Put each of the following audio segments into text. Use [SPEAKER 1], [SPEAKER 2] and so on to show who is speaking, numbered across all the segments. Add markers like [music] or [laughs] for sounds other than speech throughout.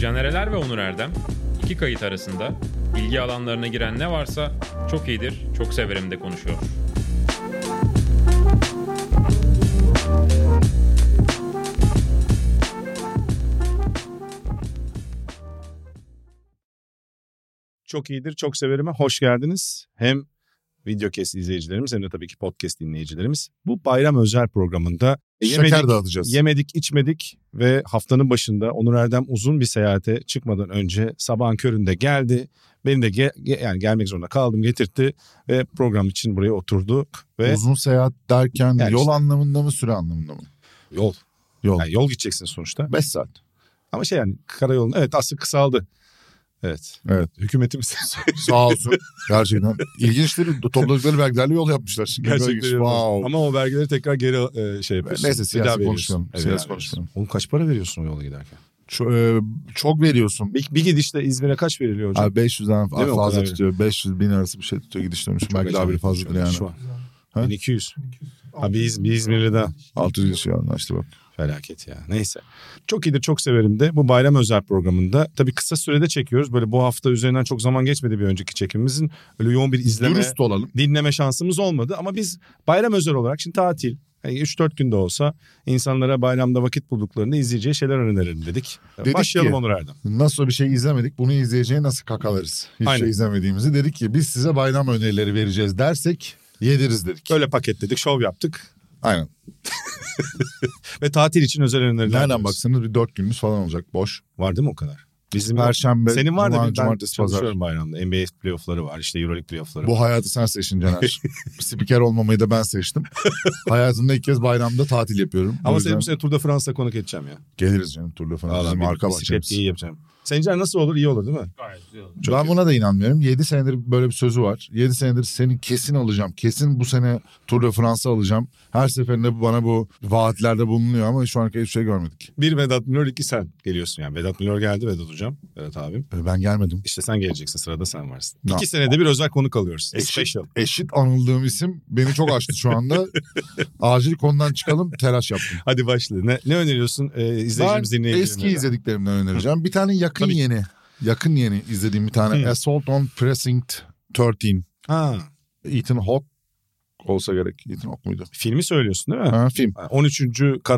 [SPEAKER 1] Caner Eler ve Onur Erdem iki kayıt arasında ilgi alanlarına giren ne varsa çok iyidir, çok severim de konuşuyor.
[SPEAKER 2] Çok iyidir, çok severime hoş geldiniz. Hem videocast izleyicilerimiz hem de tabii ki podcast dinleyicilerimiz. Bu bayram özel programında
[SPEAKER 3] Şeker dağıtacağız.
[SPEAKER 2] yemedik, içmedik ve haftanın başında Onur Erdem uzun bir seyahate çıkmadan önce sabahın köründe geldi. Beni de ge- ge- yani gelmek zorunda kaldım, getirtti ve program için buraya oturduk ve
[SPEAKER 3] Uzun seyahat derken
[SPEAKER 2] Yani
[SPEAKER 3] yol
[SPEAKER 2] işte-
[SPEAKER 3] anlamında mı süre anlamında mı?
[SPEAKER 2] yol
[SPEAKER 3] Yol.
[SPEAKER 2] yani yol gideceksin sonuçta.
[SPEAKER 3] 5 saat.
[SPEAKER 2] Ama şey yani karayolun evet aslında kısaldı. Evet.
[SPEAKER 3] Evet.
[SPEAKER 2] Hükümetimiz [laughs]
[SPEAKER 3] Sağ olsun. Gerçekten. İlginçtir. Topladıkları vergilerle yol yapmışlar.
[SPEAKER 2] gerçekten
[SPEAKER 3] Böyle-
[SPEAKER 2] inanılmaz.
[SPEAKER 3] Wow.
[SPEAKER 2] Ama o vergileri tekrar geri e, şey yapıyorsun.
[SPEAKER 3] Neyse,
[SPEAKER 2] Bir
[SPEAKER 3] siyasi
[SPEAKER 2] daha veriyorsun.
[SPEAKER 3] konuşmayalım,
[SPEAKER 2] Evet,
[SPEAKER 3] siyasi
[SPEAKER 2] evet.
[SPEAKER 3] konuşmayalım.
[SPEAKER 2] Oğlum kaç para veriyorsun o yola giderken?
[SPEAKER 3] Ço- e, çok veriyorsun.
[SPEAKER 2] Bir, bir gidişte İzmir'e kaç veriliyor hocam?
[SPEAKER 3] Abi 500'den
[SPEAKER 2] Değil mi? O
[SPEAKER 3] fazla
[SPEAKER 2] kadar.
[SPEAKER 3] tutuyor. 500 bin arası bir şey tutuyor gidiş dönüş.
[SPEAKER 2] Çok
[SPEAKER 3] Belki daha
[SPEAKER 2] acayip
[SPEAKER 3] biri fazladır
[SPEAKER 2] konuşuyorlar
[SPEAKER 3] yani.
[SPEAKER 2] Şu an.
[SPEAKER 3] Ha?
[SPEAKER 2] 1200. Ha, bir, İz- bir İzmirli daha.
[SPEAKER 3] 600 geçiyor anlaştı bak.
[SPEAKER 2] Felaket ya. Neyse. Çok iyidir çok severim de bu bayram özel programında. Tabii kısa sürede çekiyoruz. Böyle bu hafta üzerinden çok zaman geçmedi bir önceki çekimimizin. Öyle yoğun bir izleme.
[SPEAKER 3] Dürüst olalım.
[SPEAKER 2] dinleme şansımız olmadı. Ama biz bayram özel olarak şimdi tatil yani 3-4 günde olsa insanlara bayramda vakit bulduklarında izleyeceği şeyler önerelim dedik.
[SPEAKER 3] Dedik
[SPEAKER 2] Başlayalım
[SPEAKER 3] ki-
[SPEAKER 2] Onur Erdem.
[SPEAKER 3] Nasıl bir şey izlemedik bunu izleyeceğe nasıl kakalarız? Hiç
[SPEAKER 2] Aynen.
[SPEAKER 3] şey izlemediğimizi dedik ki biz size bayram önerileri vereceğiz dersek yediriz dedik.
[SPEAKER 2] Böyle paketledik, şov yaptık
[SPEAKER 3] Aynen.
[SPEAKER 2] ve tatil için özel öneriler
[SPEAKER 3] Nereden
[SPEAKER 2] veriyoruz.
[SPEAKER 3] baksanız bir dört günümüz falan olacak boş.
[SPEAKER 2] Var değil mi o kadar? Bizim
[SPEAKER 3] Perşembe,
[SPEAKER 2] Senin var da
[SPEAKER 3] Cuma,
[SPEAKER 2] bir ben
[SPEAKER 3] cumartesi, pazar.
[SPEAKER 2] çalışıyorum bayramda. NBA playoff'ları var işte Euroleague playoff'ları var.
[SPEAKER 3] Bu hayatı sen seçtin Caner.
[SPEAKER 2] [laughs]
[SPEAKER 3] Spiker olmamayı da ben seçtim. Hayatımda ilk kez bayramda tatil yapıyorum. O
[SPEAKER 2] Ama
[SPEAKER 3] yüzden
[SPEAKER 2] senin bu sene Tour de France'da konuk edeceğim ya.
[SPEAKER 3] Geliriz canım turla falan. Bizim
[SPEAKER 2] bir
[SPEAKER 3] arka
[SPEAKER 2] bisiklet
[SPEAKER 3] bahçemiz.
[SPEAKER 2] iyi yapacağım. Sence nasıl olur? İyi olur değil mi? Çok
[SPEAKER 3] ben
[SPEAKER 2] iyi.
[SPEAKER 3] buna da inanmıyorum. 7 senedir böyle bir sözü var. 7 senedir seni kesin alacağım. Kesin bu sene Tour de France'a alacağım. Her seferinde bu- bana bu vaatlerde bulunuyor ama şu an hiçbir şey görmedik.
[SPEAKER 2] Bir Vedat Milor, iki sen geliyorsun yani. Vedat Milor geldi Vedat Hocam, Vedat abim.
[SPEAKER 3] E, Ben gelmedim.
[SPEAKER 2] İşte sen geleceksin sırada sen varsın.
[SPEAKER 3] Ya.
[SPEAKER 2] İki senede bir özel konuk alıyoruz. Special.
[SPEAKER 3] Eşit anıldığım isim beni çok açtı şu
[SPEAKER 2] [laughs]
[SPEAKER 3] anda. Acil konudan çıkalım telaş yaptım.
[SPEAKER 2] Hadi başla. Ne, ne öneriyorsun ee,
[SPEAKER 3] Ben
[SPEAKER 2] izleyicilerimiz dinleyicilerimiz?
[SPEAKER 3] eski izlediklerimden önereceğim. Bir tane yakın
[SPEAKER 2] Tabii ki.
[SPEAKER 3] yeni. Yakın yeni izlediğim bir tane.
[SPEAKER 2] Hı.
[SPEAKER 3] Assault on Precinct 13.
[SPEAKER 2] Ha,
[SPEAKER 3] Ethan Hawke olsa gerek. Ethan Hawke muydu?
[SPEAKER 2] filmi söylüyorsun değil mi?
[SPEAKER 3] Ha, film.
[SPEAKER 2] Ha, 13.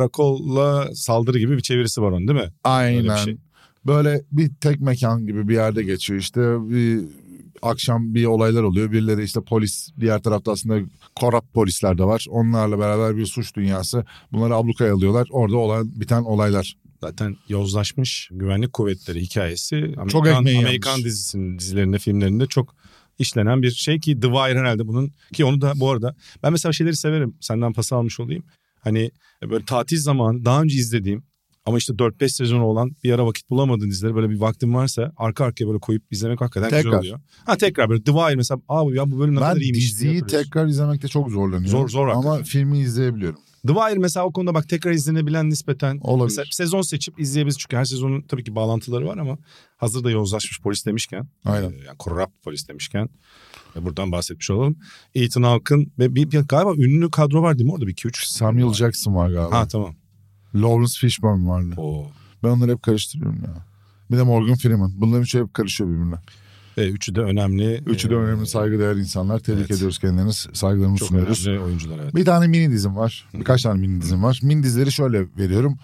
[SPEAKER 2] Karakolla Saldırı gibi bir çevirisi var onun değil mi? Öyle bir
[SPEAKER 3] Aynen.
[SPEAKER 2] şey.
[SPEAKER 3] Böyle bir tek mekan gibi bir yerde geçiyor işte. Bir, akşam bir olaylar oluyor. Birileri işte polis diğer tarafta aslında korap polisler de var. Onlarla beraber bir suç dünyası. Bunları ablukaya alıyorlar. Orada olan biten olaylar.
[SPEAKER 2] Zaten yozlaşmış güvenlik kuvvetleri hikayesi Amerikan,
[SPEAKER 3] Çok ekmeği yanmış.
[SPEAKER 2] Amerikan dizisinin dizilerinde filmlerinde çok işlenen bir şey ki The Wire herhalde bunun ki onu da bu arada ben mesela şeyleri severim senden pas almış olayım. Hani böyle tatil zamanı daha önce izlediğim ama işte 4-5 sezon olan bir ara vakit bulamadığın dizileri böyle bir vaktin varsa arka arkaya böyle koyup izlemek hakikaten güzel
[SPEAKER 3] Tekrar.
[SPEAKER 2] oluyor. Ha tekrar böyle The Wire mesela abi ya bu bölüm ne kadar
[SPEAKER 3] ben
[SPEAKER 2] iyiymiş. diye
[SPEAKER 3] diziyi
[SPEAKER 2] hatırlıyorsun.
[SPEAKER 3] tekrar izlemekte çok zorlanıyorum.
[SPEAKER 2] Zor- zor
[SPEAKER 3] Ama
[SPEAKER 2] hakikaten.
[SPEAKER 3] filmi izleyebiliyorum.
[SPEAKER 2] The Wire mesela o konuda bak tekrar izlenebilen nispeten
[SPEAKER 3] Olabilir.
[SPEAKER 2] Mesela sezon seçip izleyebiliriz çünkü her sezonun tabii ki bağlantıları var ama hazır da yozlaşmış polis demişken
[SPEAKER 3] Aynen.
[SPEAKER 2] e, yani korrupt polis demişken e, buradan bahsetmiş olalım. Ethan Hawke'ın ve bir, bir- galiba ünlü kadro var değil mi orada bir 2 3
[SPEAKER 3] Samuel Jackson var galiba.
[SPEAKER 2] Ha tamam.
[SPEAKER 3] Lawrence Fishburne vardı.
[SPEAKER 2] O.
[SPEAKER 3] Ben onları hep karıştırıyorum ya. Bir de Morgan Freeman. Bunların üçü hep karışıyor birbirine.
[SPEAKER 2] E, üçü de önemli.
[SPEAKER 3] Üçü de
[SPEAKER 2] e,
[SPEAKER 3] önemli saygıdeğer insanlar. Tebrik
[SPEAKER 2] Evet.
[SPEAKER 3] ediyoruz kendilerini. Saygılarımızı
[SPEAKER 2] Çok
[SPEAKER 3] sunuyoruz.
[SPEAKER 2] önemli oyuncular evet.
[SPEAKER 3] Bir tane mini dizim var. Birkaç tane mini dizim var. Mini dizileri şöyle veriyorum.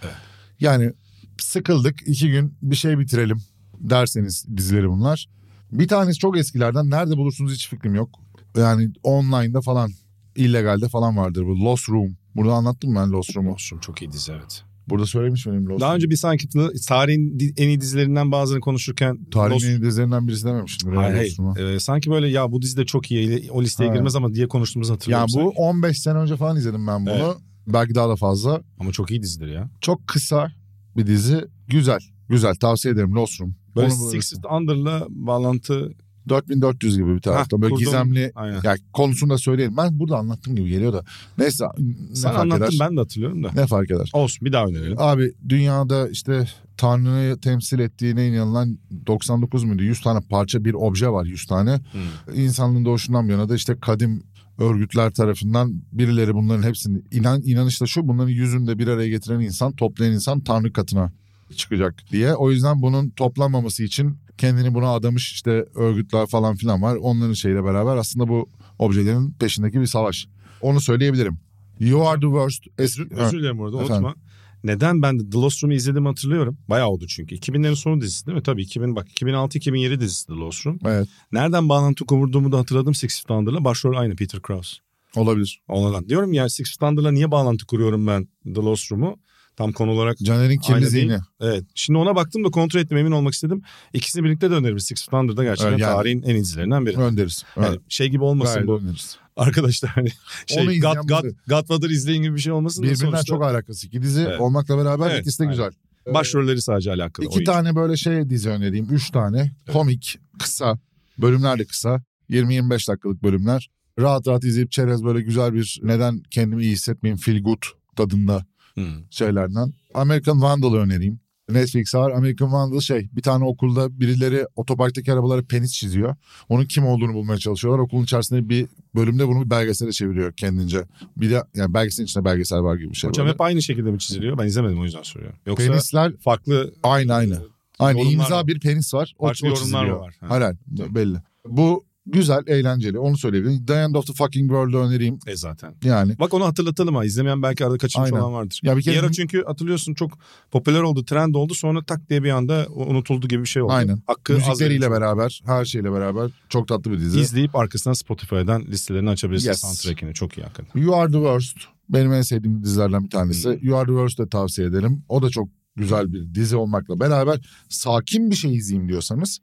[SPEAKER 3] Yani sıkıldık iki gün bir şey bitirelim derseniz dizileri bunlar. Bir tanesi çok eskilerden. Nerede bulursunuz hiç fikrim yok. Yani online'da falan illegalde falan vardır bu Lost Room. Burada anlattım ben Lost Room'u.
[SPEAKER 2] Olsun çok iyi dizi evet.
[SPEAKER 3] Burada söylemiş miyim Lost
[SPEAKER 2] Daha
[SPEAKER 3] Room'u?
[SPEAKER 2] önce bir sanki tarihin di- en iyi dizilerinden bazılarını konuşurken Lost-
[SPEAKER 3] Tarihin en iyi dizilerinden birisi dememiştim.
[SPEAKER 2] Hayır,
[SPEAKER 3] Lost
[SPEAKER 2] hayır.
[SPEAKER 3] Room'u.
[SPEAKER 2] E, sanki böyle ya bu dizi de çok iyi o listeye
[SPEAKER 3] Ha.
[SPEAKER 2] girmez ama diye konuştuğumuzu
[SPEAKER 3] Yani
[SPEAKER 2] hatırlıyorum.
[SPEAKER 3] bu
[SPEAKER 2] sanki.
[SPEAKER 3] 15 sene önce falan izledim ben bunu.
[SPEAKER 2] Evet.
[SPEAKER 3] Belki daha da fazla.
[SPEAKER 2] ama çok iyi dizidir ya.
[SPEAKER 3] Çok kısa bir dizi. Güzel. Güzel. Tavsiye ederim Lost Room.
[SPEAKER 2] Böyle
[SPEAKER 3] Onu bulursun.
[SPEAKER 2] Six Feet Under'la bağlantı
[SPEAKER 3] 4400 gibi bir tarafta.
[SPEAKER 2] Hah,
[SPEAKER 3] Böyle
[SPEAKER 2] kurdum.
[SPEAKER 3] gizemli.
[SPEAKER 2] aynen.
[SPEAKER 3] Ya konusunu da söyleyelim. Ben burada anlattığım gibi geliyor da. Neyse. Ne
[SPEAKER 2] Sen
[SPEAKER 3] fark
[SPEAKER 2] anlattın
[SPEAKER 3] eder?
[SPEAKER 2] ben de hatırlıyorum da.
[SPEAKER 3] Ne fark eder?
[SPEAKER 2] Olsun bir daha önerelim.
[SPEAKER 3] Abi dünyada işte Tanrı'yı temsil ettiğine inanılan 99 muydu? 100 tane parça bir obje var 100 tane.
[SPEAKER 2] Hmm.
[SPEAKER 3] İnsanlığın doğuşundan bu yana da işte kadim örgütler tarafından birileri bunların hepsini inan, inanışla şu bunların yüzünde bir araya getiren insan toplayan insan Tanrı katına çıkacak diye. O yüzden bunun toplanmaması için kendini buna adamış işte örgütler falan filan var. Onların şeyle beraber aslında bu objelerin peşindeki bir savaş. Onu söyleyebilirim. You are the worst.
[SPEAKER 2] Özür,
[SPEAKER 3] Es- Ha,
[SPEAKER 2] özür dilerim orada
[SPEAKER 3] Efendim.
[SPEAKER 2] unutma. Neden ben de The Lost Room'u izledim hatırlıyorum. Bayağı oldu çünkü. 2000'lerin sonu dizisi değil mi? Tabii 2000 bak 2006-2007 dizisi The Lost Room.
[SPEAKER 3] Evet
[SPEAKER 2] Nereden bağlantı kurduğumu da hatırladım Six Feet Under'la. Başrol aynı Peter Krause.
[SPEAKER 3] olabilir.
[SPEAKER 2] Ondan diyorum ya Six Feet Under'la niye bağlantı kuruyorum ben The Lost Room'u? Tam konu olarak
[SPEAKER 3] Caner'in kirli
[SPEAKER 2] Aynı
[SPEAKER 3] zihni.
[SPEAKER 2] değil. Evet. Şimdi ona baktım da kontrol ettim emin olmak istedim. İkisini birlikte de öneririz. Six Feet Under'da gerçekten
[SPEAKER 3] Evet, yani.
[SPEAKER 2] tarihin en iyi dizilerinden biri.
[SPEAKER 3] Önderiz.
[SPEAKER 2] Yani
[SPEAKER 3] Evet.
[SPEAKER 2] şey gibi olmasın
[SPEAKER 3] Gayet
[SPEAKER 2] bu.
[SPEAKER 3] öneririz.
[SPEAKER 2] Arkadaşlar hani şey
[SPEAKER 3] Onu izleyen
[SPEAKER 2] God, God,
[SPEAKER 3] bilir.
[SPEAKER 2] Godfather izleyin gibi bir şey olmasın da
[SPEAKER 3] Birbirinden
[SPEAKER 2] sonuçta
[SPEAKER 3] çok alakası. İki dizi
[SPEAKER 2] Evet.
[SPEAKER 3] olmakla beraber
[SPEAKER 2] Evet,
[SPEAKER 3] ikisi de
[SPEAKER 2] aynen.
[SPEAKER 3] güzel.
[SPEAKER 2] başrolleri sadece alakalı.
[SPEAKER 3] İki
[SPEAKER 2] oyuncu.
[SPEAKER 3] tane böyle şey dizi önereyim. Üç tane komik, kısa, bölümler de kısa. 20-25 dakikalık bölümler. Rahat rahat izleyip çerez böyle güzel bir neden kendimi iyi hissetmeyeyim feel good tadında Hmm.
[SPEAKER 2] Hı.
[SPEAKER 3] şeylerden. American Vandal'ı önereyim. Netflix var. American Vandal şey bir tane okulda birileri otoparktaki arabalara penis çiziyor. Onun kim olduğunu bulmaya çalışıyorlar. Okulun içerisinde bir bölümde bunu bir belgesele çeviriyor kendince. Bir de yani belgeselin içinde belgesel var gibi bir şey.
[SPEAKER 2] Hocam
[SPEAKER 3] böyle.
[SPEAKER 2] hep aynı şekilde mi çiziliyor? Ben izlemedim o yüzden soruyorum. Yoksa
[SPEAKER 3] Penisler
[SPEAKER 2] farklı
[SPEAKER 3] aynı aynı. Aynı
[SPEAKER 2] Yorumlar
[SPEAKER 3] imza
[SPEAKER 2] var.
[SPEAKER 3] bir penis var. O,
[SPEAKER 2] farklı
[SPEAKER 3] o
[SPEAKER 2] yorumlar mı
[SPEAKER 3] çiziliyor.
[SPEAKER 2] var? Ha.
[SPEAKER 3] Hayır hayır, belli. Bu güzel, eğlenceli. Onu söyleyebilirim. The End of the Fucking World'u önereyim.
[SPEAKER 2] E zaten.
[SPEAKER 3] Yani.
[SPEAKER 2] Bak onu hatırlatalım ha. İzlemeyen belki arada kaçırmış
[SPEAKER 3] Aynen.
[SPEAKER 2] olan vardır.
[SPEAKER 3] Ya bir
[SPEAKER 2] Bir
[SPEAKER 3] kere
[SPEAKER 2] ara çünkü hatırlıyorsun çok popüler oldu, trend oldu. Sonra tak diye bir anda unutuldu gibi bir şey oldu.
[SPEAKER 3] Aynen.
[SPEAKER 2] Hakkı az verilmiş
[SPEAKER 3] müzikleriyle beraber, her şeyle beraber çok tatlı bir dizi.
[SPEAKER 2] İzleyip arkasından Spotify'dan listelerini açabilirsin
[SPEAKER 3] Yes.
[SPEAKER 2] soundtrack'ini. Çok iyi hakikaten.
[SPEAKER 3] You Are The Worst. Benim en sevdiğim dizilerden bir tanesi. You Are The Worst de tavsiye ederim. O da çok güzel bir dizi olmakla beraber sakin bir şey izleyeyim diyorsanız.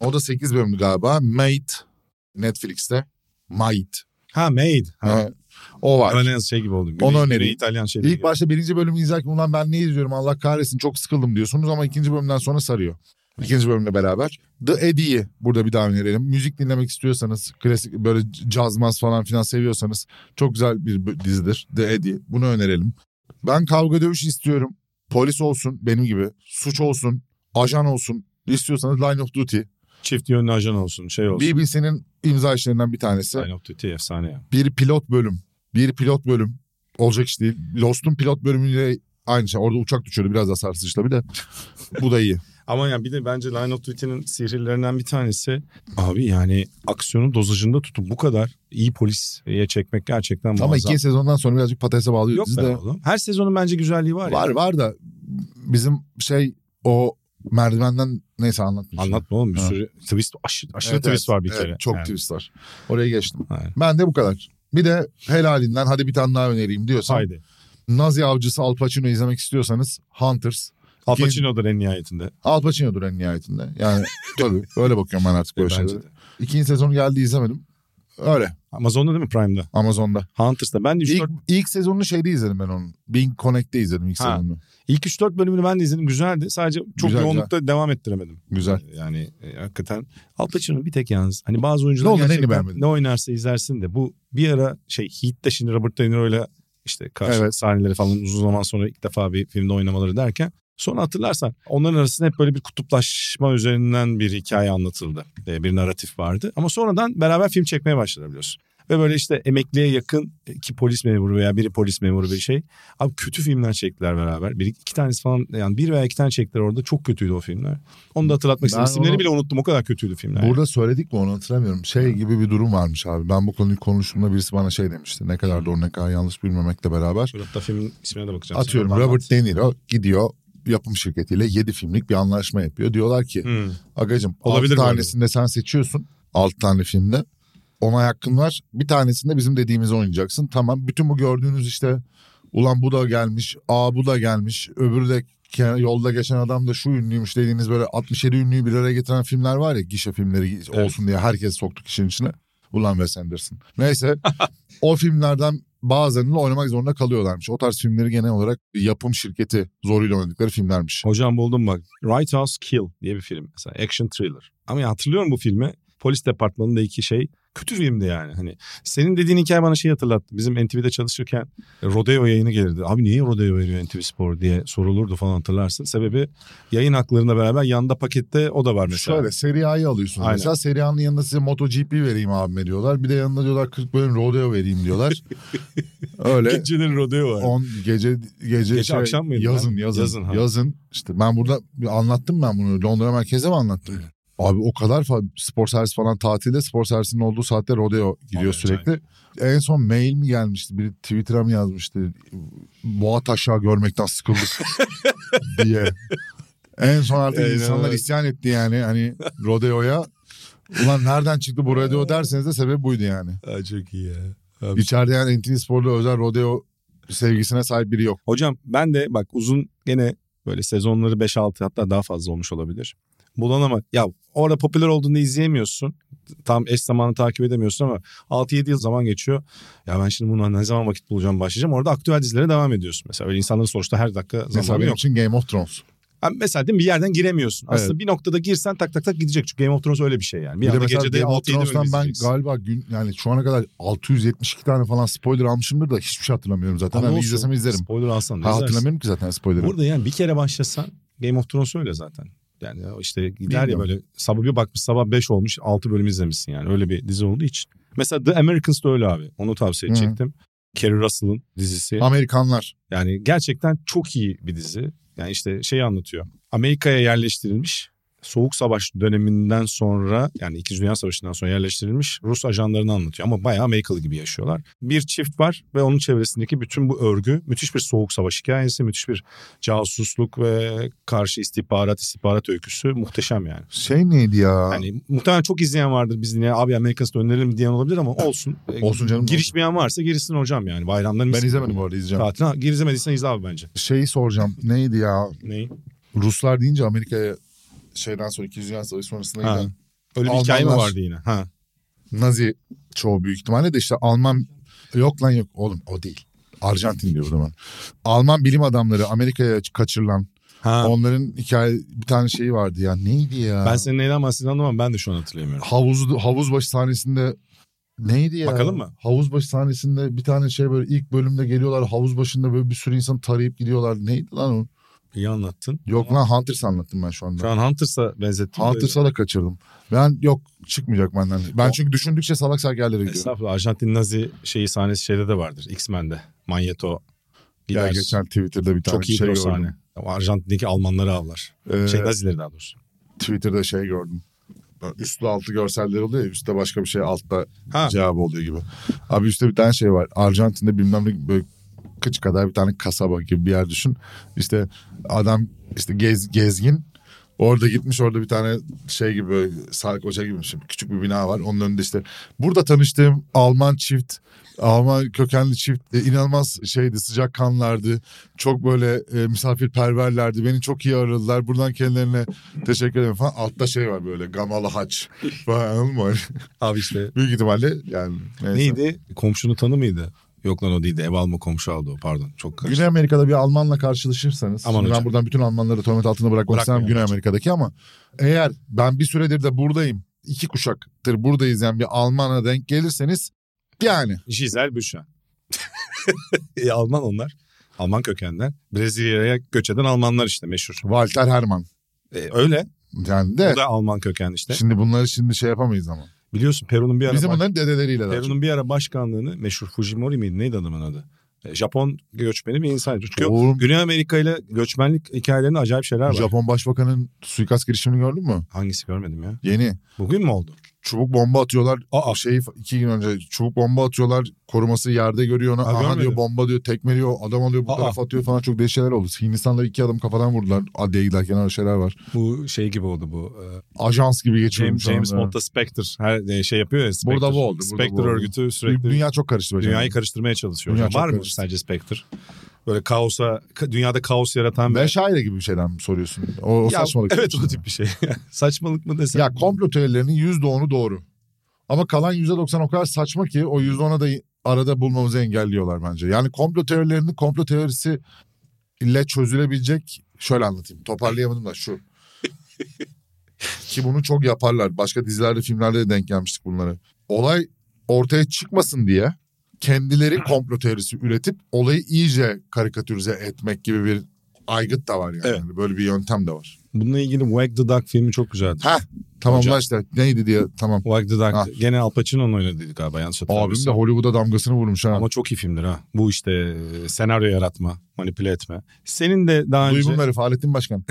[SPEAKER 3] o da 8 bölümlü galiba. Made Netflix'te. Might.
[SPEAKER 2] Ha Made. Ha.
[SPEAKER 3] Ha, O var.
[SPEAKER 2] Öğreniriz şey gibi oldu. Güney-
[SPEAKER 3] Onu
[SPEAKER 2] Güney
[SPEAKER 3] önereyim.
[SPEAKER 2] İtalyan şey.
[SPEAKER 3] İlk başta birinci bölümü izlerken ulan ben ne izliyorum Allah kahretsin çok sıkıldım diyorsunuz ama ikinci bölümden sonra sarıyor. İkinci bölümle beraber. The Eddie'yi burada bir daha önerelim. Müzik dinlemek istiyorsanız klasik böyle cazmaz falan filan seviyorsanız çok güzel bir b- dizidir. The Eddie bunu önerelim. Ben kavga dövüş istiyorum. Polis olsun benim gibi. Suç olsun. Ajan olsun. İstiyorsanız Line of Duty.
[SPEAKER 2] Çift yönlü ajan olsun şey olsun.
[SPEAKER 3] BBC'nin imza işlerinden bir tanesi.
[SPEAKER 2] Line of Duty efsane ya.
[SPEAKER 3] Bir pilot bölüm. Bir pilot bölüm. Olacak iş değil. Lost'un pilot bölümüyle aynı şey. Orada uçak düşüyordu. Biraz daha sarsıcı bir de. Bu
[SPEAKER 2] [laughs]
[SPEAKER 3] da iyi.
[SPEAKER 2] Ama yani bir de bence Line of Duty'nin sihirlerinden bir tanesi. Abi yani aksiyonun dozajında tutup bu kadar iyi polisiye çekmek gerçekten muazzam.
[SPEAKER 3] Ama ikinci sezondan sonra birazcık patatese bağlıyor.
[SPEAKER 2] Yok
[SPEAKER 3] dizi
[SPEAKER 2] be
[SPEAKER 3] de.
[SPEAKER 2] oğlum. Her sezonun bence güzelliği var,
[SPEAKER 3] Var
[SPEAKER 2] ya.
[SPEAKER 3] var da bizim şey o merdivenden neyse anlatmayacağım.
[SPEAKER 2] Anlatma oğlum bir
[SPEAKER 3] Ha.
[SPEAKER 2] sürü twist aşırı, aşırı
[SPEAKER 3] Evet,
[SPEAKER 2] twist
[SPEAKER 3] evet.
[SPEAKER 2] var bir
[SPEAKER 3] Evet,
[SPEAKER 2] kere.
[SPEAKER 3] çok
[SPEAKER 2] Yani.
[SPEAKER 3] twist var. Oraya geçtim.
[SPEAKER 2] Aynen.
[SPEAKER 3] Ben de bu kadar. Bir de helalinden hadi bir tane daha önereyim diyorsan.
[SPEAKER 2] Haydi.
[SPEAKER 3] Nazi avcısı Al Pacino izlemek istiyorsanız Hunters.
[SPEAKER 2] Al Pacino'dur en nihayetinde.
[SPEAKER 3] Al Pacino'dur en nihayetinde.
[SPEAKER 2] [laughs]
[SPEAKER 3] Yani tabii öyle bakıyorum ben artık böyle
[SPEAKER 2] e, Bence
[SPEAKER 3] şeylere.
[SPEAKER 2] de.
[SPEAKER 3] İkinci sezonu geldi izlemedim. Öyle
[SPEAKER 2] Amazon'da değil mi Prime'da?
[SPEAKER 3] Amazon'da.
[SPEAKER 2] Hunters'ta. Ben de 3-4
[SPEAKER 3] İlk, ilk sezonunu şeyde izledim ben onun. Bing Connect'te izledim ilk
[SPEAKER 2] Ha.
[SPEAKER 3] sezonunu.
[SPEAKER 2] İlk 3-4 bölümünü ben de izledim. Güzeldi. Sadece çok
[SPEAKER 3] Güzel,
[SPEAKER 2] yoğunlukta devam ettiremedim.
[SPEAKER 3] Güzel.
[SPEAKER 2] Yani e, hakikaten Al Pacino bir tek yalnız. Hani bazı
[SPEAKER 3] Ne
[SPEAKER 2] oyuncular
[SPEAKER 3] oldu, neyini
[SPEAKER 2] gerçekten
[SPEAKER 3] beğenmedin?
[SPEAKER 2] ne oynarsa izlersin de bu bir ara şey Heat de şimdi Robert De Niro'yla işte karşı
[SPEAKER 3] Evet.
[SPEAKER 2] sahneleri falan uzun zaman sonra ilk defa bir filmde oynamaları derken sonra hatırlarsan onların arasında hep böyle bir kutuplaşma üzerinden bir hikaye anlatıldı. E, Bir narratif vardı. Ama sonradan beraber film çekmeye başladılar biliyorsun. Ve böyle işte emekliye yakın iki polis memuru veya biri polis memuru bir şey. Abi kötü filmler çektiler beraber. Bir iki tanesi falan yani bir veya iki tane çektiler orada. Çok kötüydü o filmler. Onu da hatırlatmak istedim.
[SPEAKER 3] Ben
[SPEAKER 2] İsimlerini
[SPEAKER 3] onu-
[SPEAKER 2] bile unuttum. O kadar kötüydü filmler. yani.
[SPEAKER 3] Burada söyledik mi onu hatırlamıyorum. Şey gibi bir durum varmış abi. Ben bu konuyu konuştuğumda birisi bana şey demişti. Ne kadar doğru ne kadar yanlış bilmemekle beraber.
[SPEAKER 2] Şurada filmin ismine de bakacağım.
[SPEAKER 3] Atıyorum
[SPEAKER 2] Sen
[SPEAKER 3] Robert De Niro gidiyor yapım şirketiyle 7 filmlik bir anlaşma yapıyor. Diyorlar ki
[SPEAKER 2] anlat. Hmm.
[SPEAKER 3] Agacım
[SPEAKER 2] Olabilir
[SPEAKER 3] Olabilir
[SPEAKER 2] bu arada.
[SPEAKER 3] tanesinde sen seçiyorsun. 6 tane filmde. Ona hakkın var. Bir tanesinde bizim dediğimizi oynayacaksın. Tamam bütün bu gördüğünüz işte ulan bu da gelmiş, aa bu da gelmiş, öbürü de ke- yolda geçen adam da şu ünlüymüş dediğiniz böyle 67 ünlüyü bir araya getiren filmler var ya gişe filmleri olsun diye herkes soktuk işin içine. Ulan Wes Anderson. Neyse o filmlerden bazılarını oynamak zorunda kalıyorlarmış. O tarz filmleri genel olarak yapım şirketi zoruyla oynadıkları filmlermiş.
[SPEAKER 2] Hocam buldum bak. Right House Kill diye bir film. Mesela action thriller. Ama ya hatırlıyorum bu filmi. Polis departmanında iki şey Kötü filmdi yani. Hani senin dediğin hikaye bana şey hatırlattı. Bizim NTV'de çalışırken Rodeo yayını gelirdi. Abi niye Rodeo veriyor NTV Spor diye sorulurdu falan hatırlarsın. Sebebi yayın haklarına beraber yanda pakette o da var mesela.
[SPEAKER 3] Şöyle Serie A'yı alıyorsunuz.
[SPEAKER 2] Aynen.
[SPEAKER 3] Mesela Serie A'nın yanında size MotoGP vereyim abime diyorlar. Bir de yanında diyorlar 40 bölüm rodeo vereyim diyorlar.
[SPEAKER 2] [laughs]
[SPEAKER 3] Öyle.
[SPEAKER 2] Geceleri Rodeo var.
[SPEAKER 3] On gece gece, şey,
[SPEAKER 2] Gece akşam mıydı
[SPEAKER 3] Yazın
[SPEAKER 2] lan?
[SPEAKER 3] yazın.
[SPEAKER 2] Yazın,
[SPEAKER 3] Yazın,
[SPEAKER 2] ha.
[SPEAKER 3] İşte ben burada anlattım ben bunu. Londra merkeze mi anlattım? Abi o kadar fa- spor servis falan tatilde spor servisinin olduğu saatte rodeo gidiyor
[SPEAKER 2] Abi,
[SPEAKER 3] sürekli. En son mail mi gelmişti? Biri Twitter'a mı yazmıştı? Boğat aşağı
[SPEAKER 2] [laughs]
[SPEAKER 3] görmekten sıkıldık diye. En son artık
[SPEAKER 2] Eyvallah.
[SPEAKER 3] insanlar isyan etti yani hani rodeoya. Ulan nereden çıktı bu rodeo derseniz de sebep buydu yani.
[SPEAKER 2] Aa, çok iyi ya.
[SPEAKER 3] İçeride yani NTV Spor'da özel rodeo sevgisine sahip biri yok.
[SPEAKER 2] Hocam ben de bak uzun gene böyle sezonları 5-6 hatta daha fazla olmuş olabilir. Bulanamak. Ya orada popüler olduğunda izleyemiyorsun. Tam eş zamanlı takip edemiyorsun ama 6-7 yıl zaman geçiyor. Ya ben şimdi buna ne zaman vakit bulacağım başlayacağım. Orada aktüel dizilere devam ediyorsun. Mesela öyle insanların sonuçta her dakika
[SPEAKER 3] Mesela
[SPEAKER 2] zamanı
[SPEAKER 3] benim
[SPEAKER 2] yok.
[SPEAKER 3] için Game of Thrones.
[SPEAKER 2] Ha, mesela değil mi? bir yerden giremiyorsun. Aslında
[SPEAKER 3] Evet.
[SPEAKER 2] bir noktada girsen tak tak tak gidecek. Çünkü Game of Thrones öyle bir şey yani. Bir,
[SPEAKER 3] Bir, de
[SPEAKER 2] anda
[SPEAKER 3] mesela
[SPEAKER 2] gecede
[SPEAKER 3] Game of
[SPEAKER 2] 6-7
[SPEAKER 3] Thrones'tan
[SPEAKER 2] bölüm
[SPEAKER 3] ben
[SPEAKER 2] izleyeceksin.
[SPEAKER 3] galiba gün yani şu ana kadar 672 tane falan spoiler almışımdır da hiçbir şey hatırlamıyorum zaten.
[SPEAKER 2] Ama
[SPEAKER 3] Hani
[SPEAKER 2] olsun.
[SPEAKER 3] izlesem izlerim.
[SPEAKER 2] Spoiler alsan da
[SPEAKER 3] Ha,
[SPEAKER 2] izlersin.
[SPEAKER 3] hatırlamıyorum ki zaten spoiler'ı.
[SPEAKER 2] Burada yani bir kere başlasan Game of Thrones öyle zaten. Yani o işte gider ya
[SPEAKER 3] Bilmiyorum.
[SPEAKER 2] böyle sabah bir bakmış sabah 5 olmuş 6 bölüm izlemişsin yani öyle bir dizi olduğu için. Mesela The Americans da öyle abi onu tavsiye
[SPEAKER 3] Hı.
[SPEAKER 2] edecektim. Kerry Russell'ın dizisi
[SPEAKER 3] Amerikanlar.
[SPEAKER 2] yani gerçekten çok iyi bir dizi. Yani işte şeyi anlatıyor Amerika'ya yerleştirilmiş Soğuk Savaş döneminden sonra yani İkinci Dünya Savaşı'ndan sonra yerleştirilmiş Rus ajanlarını anlatıyor. Ama bayağı Amerikalı gibi yaşıyorlar. Bir çift var ve onun çevresindeki bütün bu örgü müthiş bir Soğuk Savaş hikayesi, müthiş bir casusluk ve karşı istihbarat, istihbarat öyküsü muhteşem yani.
[SPEAKER 3] Şey neydi ya?
[SPEAKER 2] Hani muhtemelen çok izleyen vardır biz niye abi Amerika'sını önerelim diyen olabilir ama olsun.
[SPEAKER 3] Olsun canım,
[SPEAKER 2] Girişmeyen varsa girsin hocam yani bayramdan.
[SPEAKER 3] ben izlemedim bu arada izleyeceğim.
[SPEAKER 2] Tatil, ha, izlemediysen izle abi bence.
[SPEAKER 3] Şeyi soracağım. neydi ya?
[SPEAKER 2] Neyi?
[SPEAKER 3] Ruslar deyince Amerika'ya şeyden sonra 2. Dünya Savaşı sonrasında
[SPEAKER 2] Ha.
[SPEAKER 3] giden
[SPEAKER 2] Öyle bir hikaye mi
[SPEAKER 3] Almanlar-
[SPEAKER 2] vardı yine? Ha.
[SPEAKER 3] Nazi çoğu büyük ihtimalle de işte Alman yok lan yok oğlum o değil. Arjantin diyor o zaman. Alman bilim adamları Amerika'ya kaçırılan
[SPEAKER 2] Ha.
[SPEAKER 3] onların hikaye bir tane şeyi vardı ya neydi ya?
[SPEAKER 2] Ben senin neyden bahsettiğini anlamam ben de şu an hatırlayamıyorum.
[SPEAKER 3] havuz havuz başı sahnesinde neydi ya?
[SPEAKER 2] Bakalım mı?
[SPEAKER 3] Havuz başı sahnesinde bir tane şey böyle ilk bölümde geliyorlar havuz başında böyle bir sürü insan tarayıp gidiyorlar. Neydi lan o?
[SPEAKER 2] İyi anlattın.
[SPEAKER 3] Yok lan Hunters anlattım ben şu
[SPEAKER 2] Şu
[SPEAKER 3] anda.
[SPEAKER 2] an Hunters'a benzettim. de-
[SPEAKER 3] Hunters'a da kaçırdım. Ben yok çıkmayacak benden. Ben
[SPEAKER 2] O-
[SPEAKER 3] çünkü düşündükçe salak salak yerlere gidiyorum.
[SPEAKER 2] Estağfurullah Arjantin Nazi şeyi sahnesi şeyde de vardır. X-Men'de. Manyeto. Gider.
[SPEAKER 3] Ya geçen Twitter'da bir tane
[SPEAKER 2] Çok iyi
[SPEAKER 3] şey
[SPEAKER 2] o
[SPEAKER 3] gördüm.
[SPEAKER 2] sahne. O Arjantin'deki Almanları avlar.
[SPEAKER 3] Ee,
[SPEAKER 2] Şey Nazileri daha doğrusu.
[SPEAKER 3] Twitter'da şey gördüm. Böyle Üstlü altı görseller oluyor ya üstte başka bir şey altta
[SPEAKER 2] Ha.
[SPEAKER 3] cevabı oluyor gibi. Abi üstte bir tane şey var. Arjantin'de bilmem ne böyle kıç kadar bir tane kasaba gibi bir yer düşün. İşte adam işte gez, gezgin. Orada gitmiş orada bir tane şey gibi böyle sarık ocağı gibi bir şey, küçük bir bina var. Onun önünde işte burada tanıştığım Alman çift Alman kökenli çift e, inanılmaz şeydi sıcak kanlardı. Çok böyle e, misafirperverlerdi. Beni çok iyi aradılar. Buradan kendilerine teşekkür ederim falan. Altta şey var böyle gamalı haç falan anladın mı? Hani
[SPEAKER 2] Abi işte
[SPEAKER 3] Büyük ihtimalle yani.
[SPEAKER 2] [laughs]
[SPEAKER 3] neyse.
[SPEAKER 2] neydi? Komşunu tanı mıydı? Yok lan o değildi. Ev alma komşu aldı o pardon. Çok karıştı.
[SPEAKER 3] Güney Amerika'da bir Almanla karşılaşırsanız.
[SPEAKER 2] Aman
[SPEAKER 3] şimdi ben
[SPEAKER 2] hocam.
[SPEAKER 3] buradan bütün Almanları torment altında bırakmak istemem
[SPEAKER 2] Bırakmayalım
[SPEAKER 3] Güney
[SPEAKER 2] hocam.
[SPEAKER 3] Amerika'daki ama eğer ben bir süredir de buradayım. iki kuşaktır buradayız yani bir Alman'a denk gelirseniz yani
[SPEAKER 2] Giselle Büchsen. [laughs] E, Alman onlar. Alman kökenden. Brezilya'ya göç eden Almanlar işte meşhur.
[SPEAKER 3] Walter Hermann
[SPEAKER 2] E, öyle.
[SPEAKER 3] yani
[SPEAKER 2] O
[SPEAKER 3] de
[SPEAKER 2] da Alman kökenli işte.
[SPEAKER 3] şimdi bunları şimdi şey yapamayız ama.
[SPEAKER 2] Biliyorsun Peru'nun bir ara
[SPEAKER 3] Bizim
[SPEAKER 2] bak-
[SPEAKER 3] bunların dedeleriyle daha çok.
[SPEAKER 2] Peru'nun bir ara başkanlığını meşhur Fujimori miydi neydi adamın adı? E, Japon göçmeni bir insan. Çünkü
[SPEAKER 3] Oğlum,
[SPEAKER 2] Güney Amerika ile göçmenlik hikayelerinde acayip şeyler var.
[SPEAKER 3] Japon başbakanın suikast girişimini gördün mü?
[SPEAKER 2] Hangisi görmedim ya?
[SPEAKER 3] Yeni.
[SPEAKER 2] Bugün mü oldu?
[SPEAKER 3] Çubuk bomba atıyorlar. Aa. Şeyi iki gün önce çubuk bomba atıyorlar. Koruması yerde görüyor onu.
[SPEAKER 2] Ha,
[SPEAKER 3] Aha
[SPEAKER 2] görmedim.
[SPEAKER 3] diyor bomba diyor tekmeliyor. Adam alıyor bu
[SPEAKER 2] Aa.
[SPEAKER 3] tarafa atıyor falan çok değişik şeyler oldu. Hindistan'da iki adam kafadan vurdular. Adliye giderken öyle şeyler var.
[SPEAKER 2] Bu şey gibi oldu bu. e,
[SPEAKER 3] Ajans gibi geçiyorum
[SPEAKER 2] James,
[SPEAKER 3] şu anda.
[SPEAKER 2] James Bond'da Spectre her e, şey yapıyor ya. Spectre.
[SPEAKER 3] Burada bu oldu, burada
[SPEAKER 2] Spectre
[SPEAKER 3] bu oldu.
[SPEAKER 2] örgütü
[SPEAKER 3] Dü-
[SPEAKER 2] sürekli
[SPEAKER 3] Dünya çok karıştı. Hocam.
[SPEAKER 2] dünyayı karıştırmaya çalışıyor.
[SPEAKER 3] Dünya
[SPEAKER 2] Hocam
[SPEAKER 3] çok
[SPEAKER 2] var mı
[SPEAKER 3] karıştı.
[SPEAKER 2] sence Spectre? Böyle kaosa, ka- dünyada kaos yaratan ve...
[SPEAKER 3] Meşaire gibi bir şeyden mi soruyorsun? O, o
[SPEAKER 2] Ya,
[SPEAKER 3] saçmalık.
[SPEAKER 2] Evet o tip bir şey. [laughs] Saçmalık mı desem?
[SPEAKER 3] Ya komplo teorilerinin yüzde onu doğru. Ama kalan %90 o kadar saçma ki o yüzde ona da arada bulmamızı engelliyorlar bence. Yani komplo teorilerinin komplo teorisi ile çözülebilecek şöyle anlatayım. Toparlayamadım
[SPEAKER 2] [laughs]
[SPEAKER 3] da şu. ki bunu çok yaparlar. Başka dizilerde, filmlerde de denk gelmiştik bunlara. olay ortaya çıkmasın diye kendileri komplo teorisi üretip olayı iyice karikatürize etmek gibi bir aygıt da var yani.
[SPEAKER 2] Evet.
[SPEAKER 3] Böyle bir yöntem de var.
[SPEAKER 2] Bununla ilgili Wag the Duck filmi çok güzeldi.
[SPEAKER 3] Ha tamam
[SPEAKER 2] Hocam.
[SPEAKER 3] lan işte neydi diye tamam.
[SPEAKER 2] Wag the Duck.
[SPEAKER 3] Ha.
[SPEAKER 2] Gene Al Pacino'nun oynadığı galiba yanlış
[SPEAKER 3] Ah. Abim de
[SPEAKER 2] hatırlamıyorsam.
[SPEAKER 3] Hollywood'a damgasını vurmuş ha.
[SPEAKER 2] Ama çok iyi filmdir ha. Bu işte e, senaryo yaratma, manipüle etme. Senin de daha önce...
[SPEAKER 3] Duydum herif
[SPEAKER 2] [laughs]
[SPEAKER 3] Fahrettin Başkan.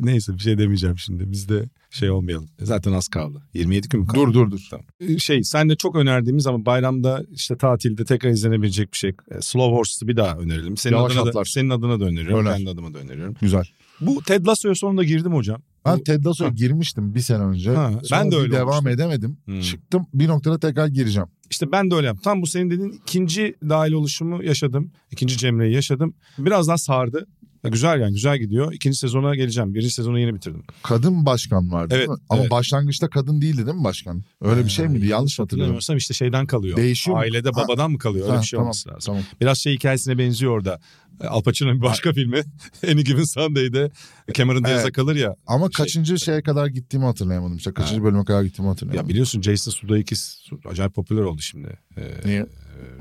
[SPEAKER 2] Neyse bir şey demeyeceğim şimdi. Biz de şey olmayalım. Zaten az kaldı. 27 gün mü kaldı?
[SPEAKER 3] dur dur dur.
[SPEAKER 2] Ee, Şey sen de çok önerdiğimiz ama bayramda işte tatilde tekrar izlenebilecek bir şey. Ee, Slow Horse'u bir daha önerelim. Senin
[SPEAKER 3] Yavaş
[SPEAKER 2] adına da,
[SPEAKER 3] atlar.
[SPEAKER 2] senin adına da öneriyorum.
[SPEAKER 3] Öner.
[SPEAKER 2] Kendi adıma da öneriyorum.
[SPEAKER 3] Güzel.
[SPEAKER 2] Bu Ted Lasso'ya sonunda girdim hocam.
[SPEAKER 3] Ben
[SPEAKER 2] Bu-
[SPEAKER 3] Ted Lasso'ya
[SPEAKER 2] Ha.
[SPEAKER 3] girmiştim bir sene önce.
[SPEAKER 2] Ha,
[SPEAKER 3] Sonra
[SPEAKER 2] ben de
[SPEAKER 3] bir
[SPEAKER 2] öyle
[SPEAKER 3] Devam
[SPEAKER 2] olmuştum.
[SPEAKER 3] edemedim.
[SPEAKER 2] Hmm.
[SPEAKER 3] Çıktım bir noktada tekrar gireceğim.
[SPEAKER 2] İşte ben de öyle yaptım. Tam bu senin dediğin ikinci dahil oluşumu yaşadım. İkinci Cemre'yi yaşadım. Biraz daha sardı. Ya güzel yani güzel gidiyor. İkinci sezona geleceğim. Birinci sezonu yeni bitirdim.
[SPEAKER 3] Kadın başkan vardı
[SPEAKER 2] Evet,
[SPEAKER 3] değil mi? Ama
[SPEAKER 2] evet. Ee,
[SPEAKER 3] başlangıçta kadın değildi değil mi başkan? Öyle bir şey miydi? Yanlış hatırlıyorum.
[SPEAKER 2] Hatırlamıyorsam işte şeyden kalıyor.
[SPEAKER 3] Değişiyor mu?
[SPEAKER 2] Ailede
[SPEAKER 3] Ha.
[SPEAKER 2] babadan mı kalıyor? Öyle
[SPEAKER 3] Ha,
[SPEAKER 2] bir şey
[SPEAKER 3] tamam,
[SPEAKER 2] olması lazım.
[SPEAKER 3] Tamam.
[SPEAKER 2] Biraz şey hikayesine benziyor orada. E, Al Pacino'nun bir başka filmi. [laughs] Any Given Sunday'de Cameron Diaz'a
[SPEAKER 3] Evet.
[SPEAKER 2] kalır ya.
[SPEAKER 3] Ama
[SPEAKER 2] Şey-
[SPEAKER 3] kaçıncı şeye kadar gittiğimi hatırlayamadım. İşte kaçıncı bölüme kadar gittiğimi
[SPEAKER 2] Ya
[SPEAKER 3] hatırlayamadım.
[SPEAKER 2] biliyorsun Jason Sudeikis acayip popüler oldu şimdi. E,
[SPEAKER 3] Niye?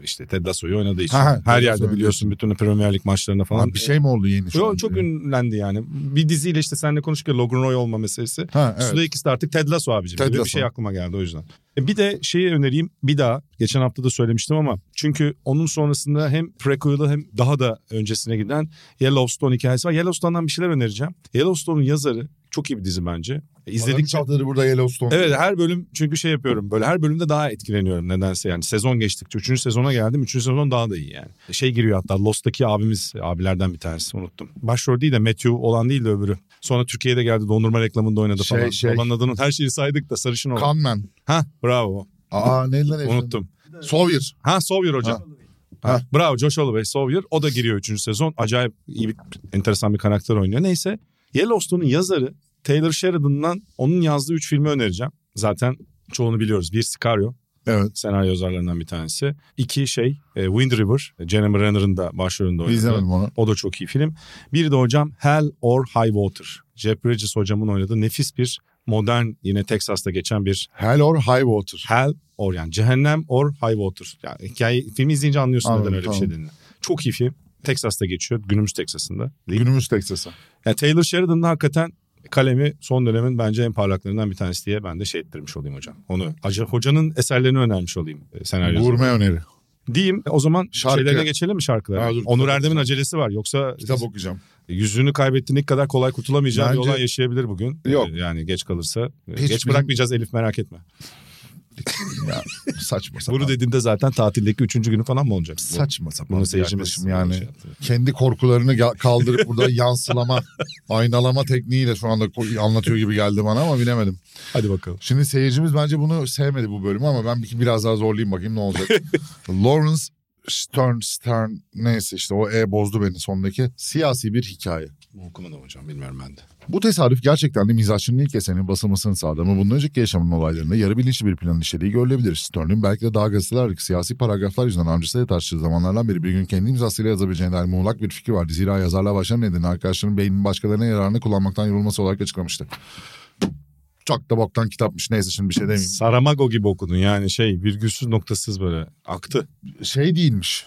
[SPEAKER 2] işte Ted Lasso'yu oynadığı için.
[SPEAKER 3] Ha, ha,
[SPEAKER 2] Her
[SPEAKER 3] Ted
[SPEAKER 2] yerde
[SPEAKER 3] Lasso'yu
[SPEAKER 2] biliyorsun bütün Premier Lig maçlarına falan.
[SPEAKER 3] Lan bir şey mi oldu yeni şu
[SPEAKER 2] Yo,
[SPEAKER 3] an?
[SPEAKER 2] çok ünlendi yani. Bir diziyle işte seninle konuştuk ya Logan Roy olma meselesi.
[SPEAKER 3] Ha evet.
[SPEAKER 2] Sudeikis de artık Ted Lasso abicim.
[SPEAKER 3] Ted
[SPEAKER 2] Böyle bir
[SPEAKER 3] Lasso.
[SPEAKER 2] şey aklıma geldi o yüzden. E, Bir de şeyi önereyim bir daha. Geçen hafta da söylemiştim ama. Çünkü onun sonrasında hem prequel'ı hem daha da öncesine giden Yellowstone hikayesi var. Yellowstone'dan bir şeyler önereceğim. Yellowstone'un yazarı çok iyi bir dizi bence. E,
[SPEAKER 3] Adam üç
[SPEAKER 2] İzledikçe
[SPEAKER 3] haftadır burada Yellowstone.
[SPEAKER 2] Evet her bölüm çünkü şey yapıyorum böyle her bölümde daha etkileniyorum nedense yani sezon geçtikçe. Üçüncü sezona geldim. Üçüncü sezon daha da iyi yani. Şey giriyor hatta Lost'taki abimiz abilerden bir tanesi unuttum. Başrol değil de Matthew olan değil de öbürü. Sonra Türkiye'de geldi dondurma reklamında oynadı
[SPEAKER 3] Şey,
[SPEAKER 2] falan.
[SPEAKER 3] şey.
[SPEAKER 2] Olan adının her şeyi saydık da sarışın olan.
[SPEAKER 3] Kanman.
[SPEAKER 2] ha bravo
[SPEAKER 3] Aa neydi lan herifin?
[SPEAKER 2] unuttum.
[SPEAKER 3] Sawyer.
[SPEAKER 2] Ha Sawyer hocam. Ha.
[SPEAKER 3] Ha.
[SPEAKER 2] Bravo Josh Holloway Sawyer o da giriyor üçüncü sezon. Acayip iyi bir enteresan bir karakter oynuyor. Neyse Yellowstone'un yazarı Taylor Sheridan'dan onun yazdığı üç filmi önereceğim. Zaten çoğunu biliyoruz. Bir Sicario
[SPEAKER 3] Evet.
[SPEAKER 2] senaryo yazarlarından bir tanesi. İki şey e, Wind River. Jeremy Renner'ın da başrolünde oynadığı.
[SPEAKER 3] İzlemedim onu.
[SPEAKER 2] O da çok iyi film. Bir de hocam Hell or High Water. Jeff Bridges hocamın oynadığı nefis bir modern yine Texas'ta geçen bir
[SPEAKER 3] Hell or High Water.
[SPEAKER 2] Hell or yani cehennem or high water. Yani hikaye, filmi izleyince anlıyorsun
[SPEAKER 3] Anladım,
[SPEAKER 2] neden öyle bir şey
[SPEAKER 3] tamam.
[SPEAKER 2] dediğini. Çok iyi film. Texas'ta geçiyor. Günümüz Texas'ında. Değil.
[SPEAKER 3] Günümüz Texas'a.
[SPEAKER 2] Yani Taylor Sheridan'ın hakikaten kalemi son dönemin bence en parlaklarından bir tanesi diye ben de şey ettirmiş olayım hocam. Onu acı hocanın eserlerini önermiş olayım e, senaryo.
[SPEAKER 3] Gurme öneri.
[SPEAKER 2] Diyeyim o zaman
[SPEAKER 3] Şarkı.
[SPEAKER 2] şeylerine geçelim mi şarkılara?
[SPEAKER 3] Ha, dur,
[SPEAKER 2] Onur
[SPEAKER 3] kitap
[SPEAKER 2] Erdem'in
[SPEAKER 3] okuyacağım.
[SPEAKER 2] acelesi var yoksa
[SPEAKER 3] Kitap okuyacağım.
[SPEAKER 2] yüzünü kaybettiğin ilk kadar kolay kurtulamayacağı bir
[SPEAKER 3] Bence-
[SPEAKER 2] olay yaşayabilir bugün.
[SPEAKER 3] Yok.
[SPEAKER 2] E, Yani geç kalırsa. E,
[SPEAKER 3] Hiç
[SPEAKER 2] geç
[SPEAKER 3] bizim-
[SPEAKER 2] bırakmayacağız Elif merak etme.
[SPEAKER 3] Ya, saçma sapan.
[SPEAKER 2] Bunu dediğimde zaten tatildeki üçüncü günü falan mı olacak?
[SPEAKER 3] saçma sapan.
[SPEAKER 2] Bunu
[SPEAKER 3] bir
[SPEAKER 2] seyircimiz
[SPEAKER 3] yaklaşım yani. kendi korkularını ga- kaldırıp burada [laughs] yansılama, aynalama tekniğiyle şu anda ko- anlatıyor gibi geldi bana ama bilemedim.
[SPEAKER 2] Hadi bakalım.
[SPEAKER 3] Şimdi seyircimiz bence bunu sevmedi bu bölümü ama ben bir- biraz daha zorlayayım bakayım
[SPEAKER 2] [laughs]
[SPEAKER 3] ne olacak. Lawrence Stern Stern neyse işte o E bozdu beni sondaki siyasi bir hikaye.
[SPEAKER 2] Okumadım hocam bilmiyorum ben de.
[SPEAKER 3] Bu tesadüf gerçekten de mizahçının ilk eserinin basılmasını sağladı ama bundan önceki yaşamın olaylarında yarı bilinçli bir planın işlediği görülebilir. Stern'in belki de daha gazetelerdeki siyasi paragraflar yüzünden amcasıyla tartıştığı zamanlardan beri bir gün kendi imzasıyla yazabileceğine dair muğlak bir fikir vardı. Zira yazarlığa başlayan nedeni arkadaşlarının beynini başkalarına yararını kullanmaktan yorulması olarak açıklamıştı. Çok da boktan kitapmış neyse şimdi bir şey demeyeyim.
[SPEAKER 2] Saramago gibi okudun yani şey virgülsüz noktasız böyle aktı.
[SPEAKER 3] Şey değilmiş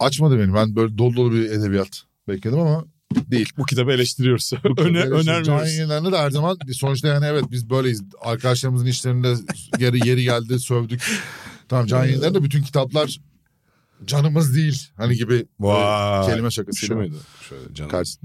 [SPEAKER 3] açmadı beni ben böyle dolu dolu bir edebiyat bekledim ama değil.
[SPEAKER 2] Bu kitabı eleştiriyoruz. [laughs] Öne,
[SPEAKER 3] Böyle şey, Can
[SPEAKER 2] önermiyoruz.
[SPEAKER 3] yayınlarını da her zaman sonuçta yani evet biz böyleyiz. Arkadaşlarımızın işlerinde yeri, yeri geldi sövdük. Tamam
[SPEAKER 2] Ee,
[SPEAKER 3] can yayınlarında bütün kitaplar canımız değil. Hani gibi
[SPEAKER 2] Vay.
[SPEAKER 3] böyle kelime
[SPEAKER 2] Şu
[SPEAKER 3] şakası.
[SPEAKER 2] muydu? Şöyle canım.
[SPEAKER 3] Kaç-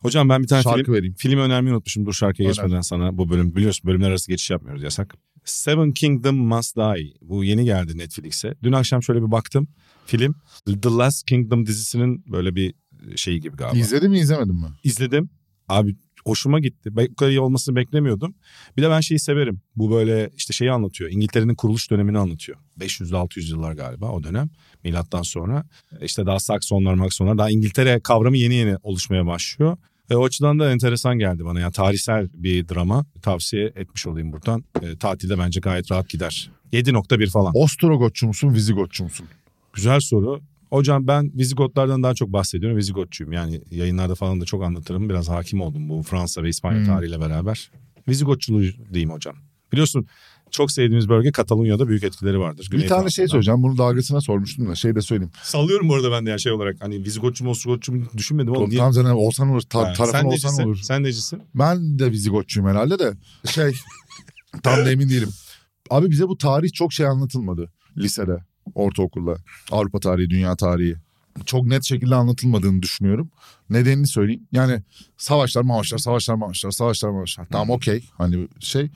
[SPEAKER 2] Hocam ben bir tane
[SPEAKER 3] şey. Şarkı
[SPEAKER 2] film,
[SPEAKER 3] vereyim.
[SPEAKER 2] film önermeyi unutmuşum. Dur şarkıya
[SPEAKER 3] Öner.
[SPEAKER 2] geçmeden sana bu bölüm. Biliyorsun bölümler arası geçiş yapmıyoruz yasak. Seven Kingdom Must Die. Bu yeni geldi Netflix'e. Dün akşam şöyle bir baktım. Film The Last Kingdom dizisinin böyle bir şeyi gibi galiba.
[SPEAKER 3] İzledin mi izlemedin mi?
[SPEAKER 2] izledim. Abi hoşuma gitti. Ben bu kadar iyi olmasını beklemiyordum. Bir de ben şeyi severim. Bu böyle işte şeyi anlatıyor. İngiltere'nin kuruluş dönemini anlatıyor. 500'lü 600 yıllar galiba o dönem. Milattan sonra. İşte daha Saksonlar, Maksonlar. Daha İngiltere kavramı yeni yeni oluşmaya başlıyor. E, o açıdan da enteresan geldi bana. Yani tarihsel bir drama tavsiye etmiş olayım buradan. E, tatilde bence gayet rahat gider. 7.1 falan.
[SPEAKER 3] Ostrogotçu musun, Vizigotçu musun?
[SPEAKER 2] Güzel soru. Hocam ben Vizigotlardan daha çok bahsediyorum. Vizigotçuyum. Yani yayınlarda falan da çok anlatırım. Biraz hakim oldum bu Fransa ve İspanya
[SPEAKER 3] Hmm.
[SPEAKER 2] tarihiyle beraber. Vizigotçuluğu diyeyim hocam. Biliyorsun çok sevdiğimiz bölge Katalonya'da büyük etkileri vardır. Güney
[SPEAKER 3] bir tane şey
[SPEAKER 2] Fransa'da.
[SPEAKER 3] söyleyeceğim. Bunu dalgasına sormuştum da şey de söyleyeyim.
[SPEAKER 2] Sallıyorum bu arada ben de ya şey olarak. Hani Vizigotçu mu Osgotçu mu düşünmedim oğlum. Niye-
[SPEAKER 3] Tam zaten olsan olur. Ta,
[SPEAKER 2] Ha,
[SPEAKER 3] tarafın
[SPEAKER 2] sen
[SPEAKER 3] olsan
[SPEAKER 2] necisin?
[SPEAKER 3] olur.
[SPEAKER 2] Sen necisin?
[SPEAKER 3] Ben de Vizigotçuyum herhalde de şey
[SPEAKER 2] [laughs]
[SPEAKER 3] tam da emin değilim. Abi bize bu tarih çok şey anlatılmadı lisede, ortaokulda. Avrupa tarihi, dünya tarihi. Çok net şekilde anlatılmadığını düşünüyorum. Nedenini söyleyeyim. Yani savaşlar, mavaşlar, savaşlar, mavaşlar, savaşlar, mavaşlar. Tamam okey hani şey.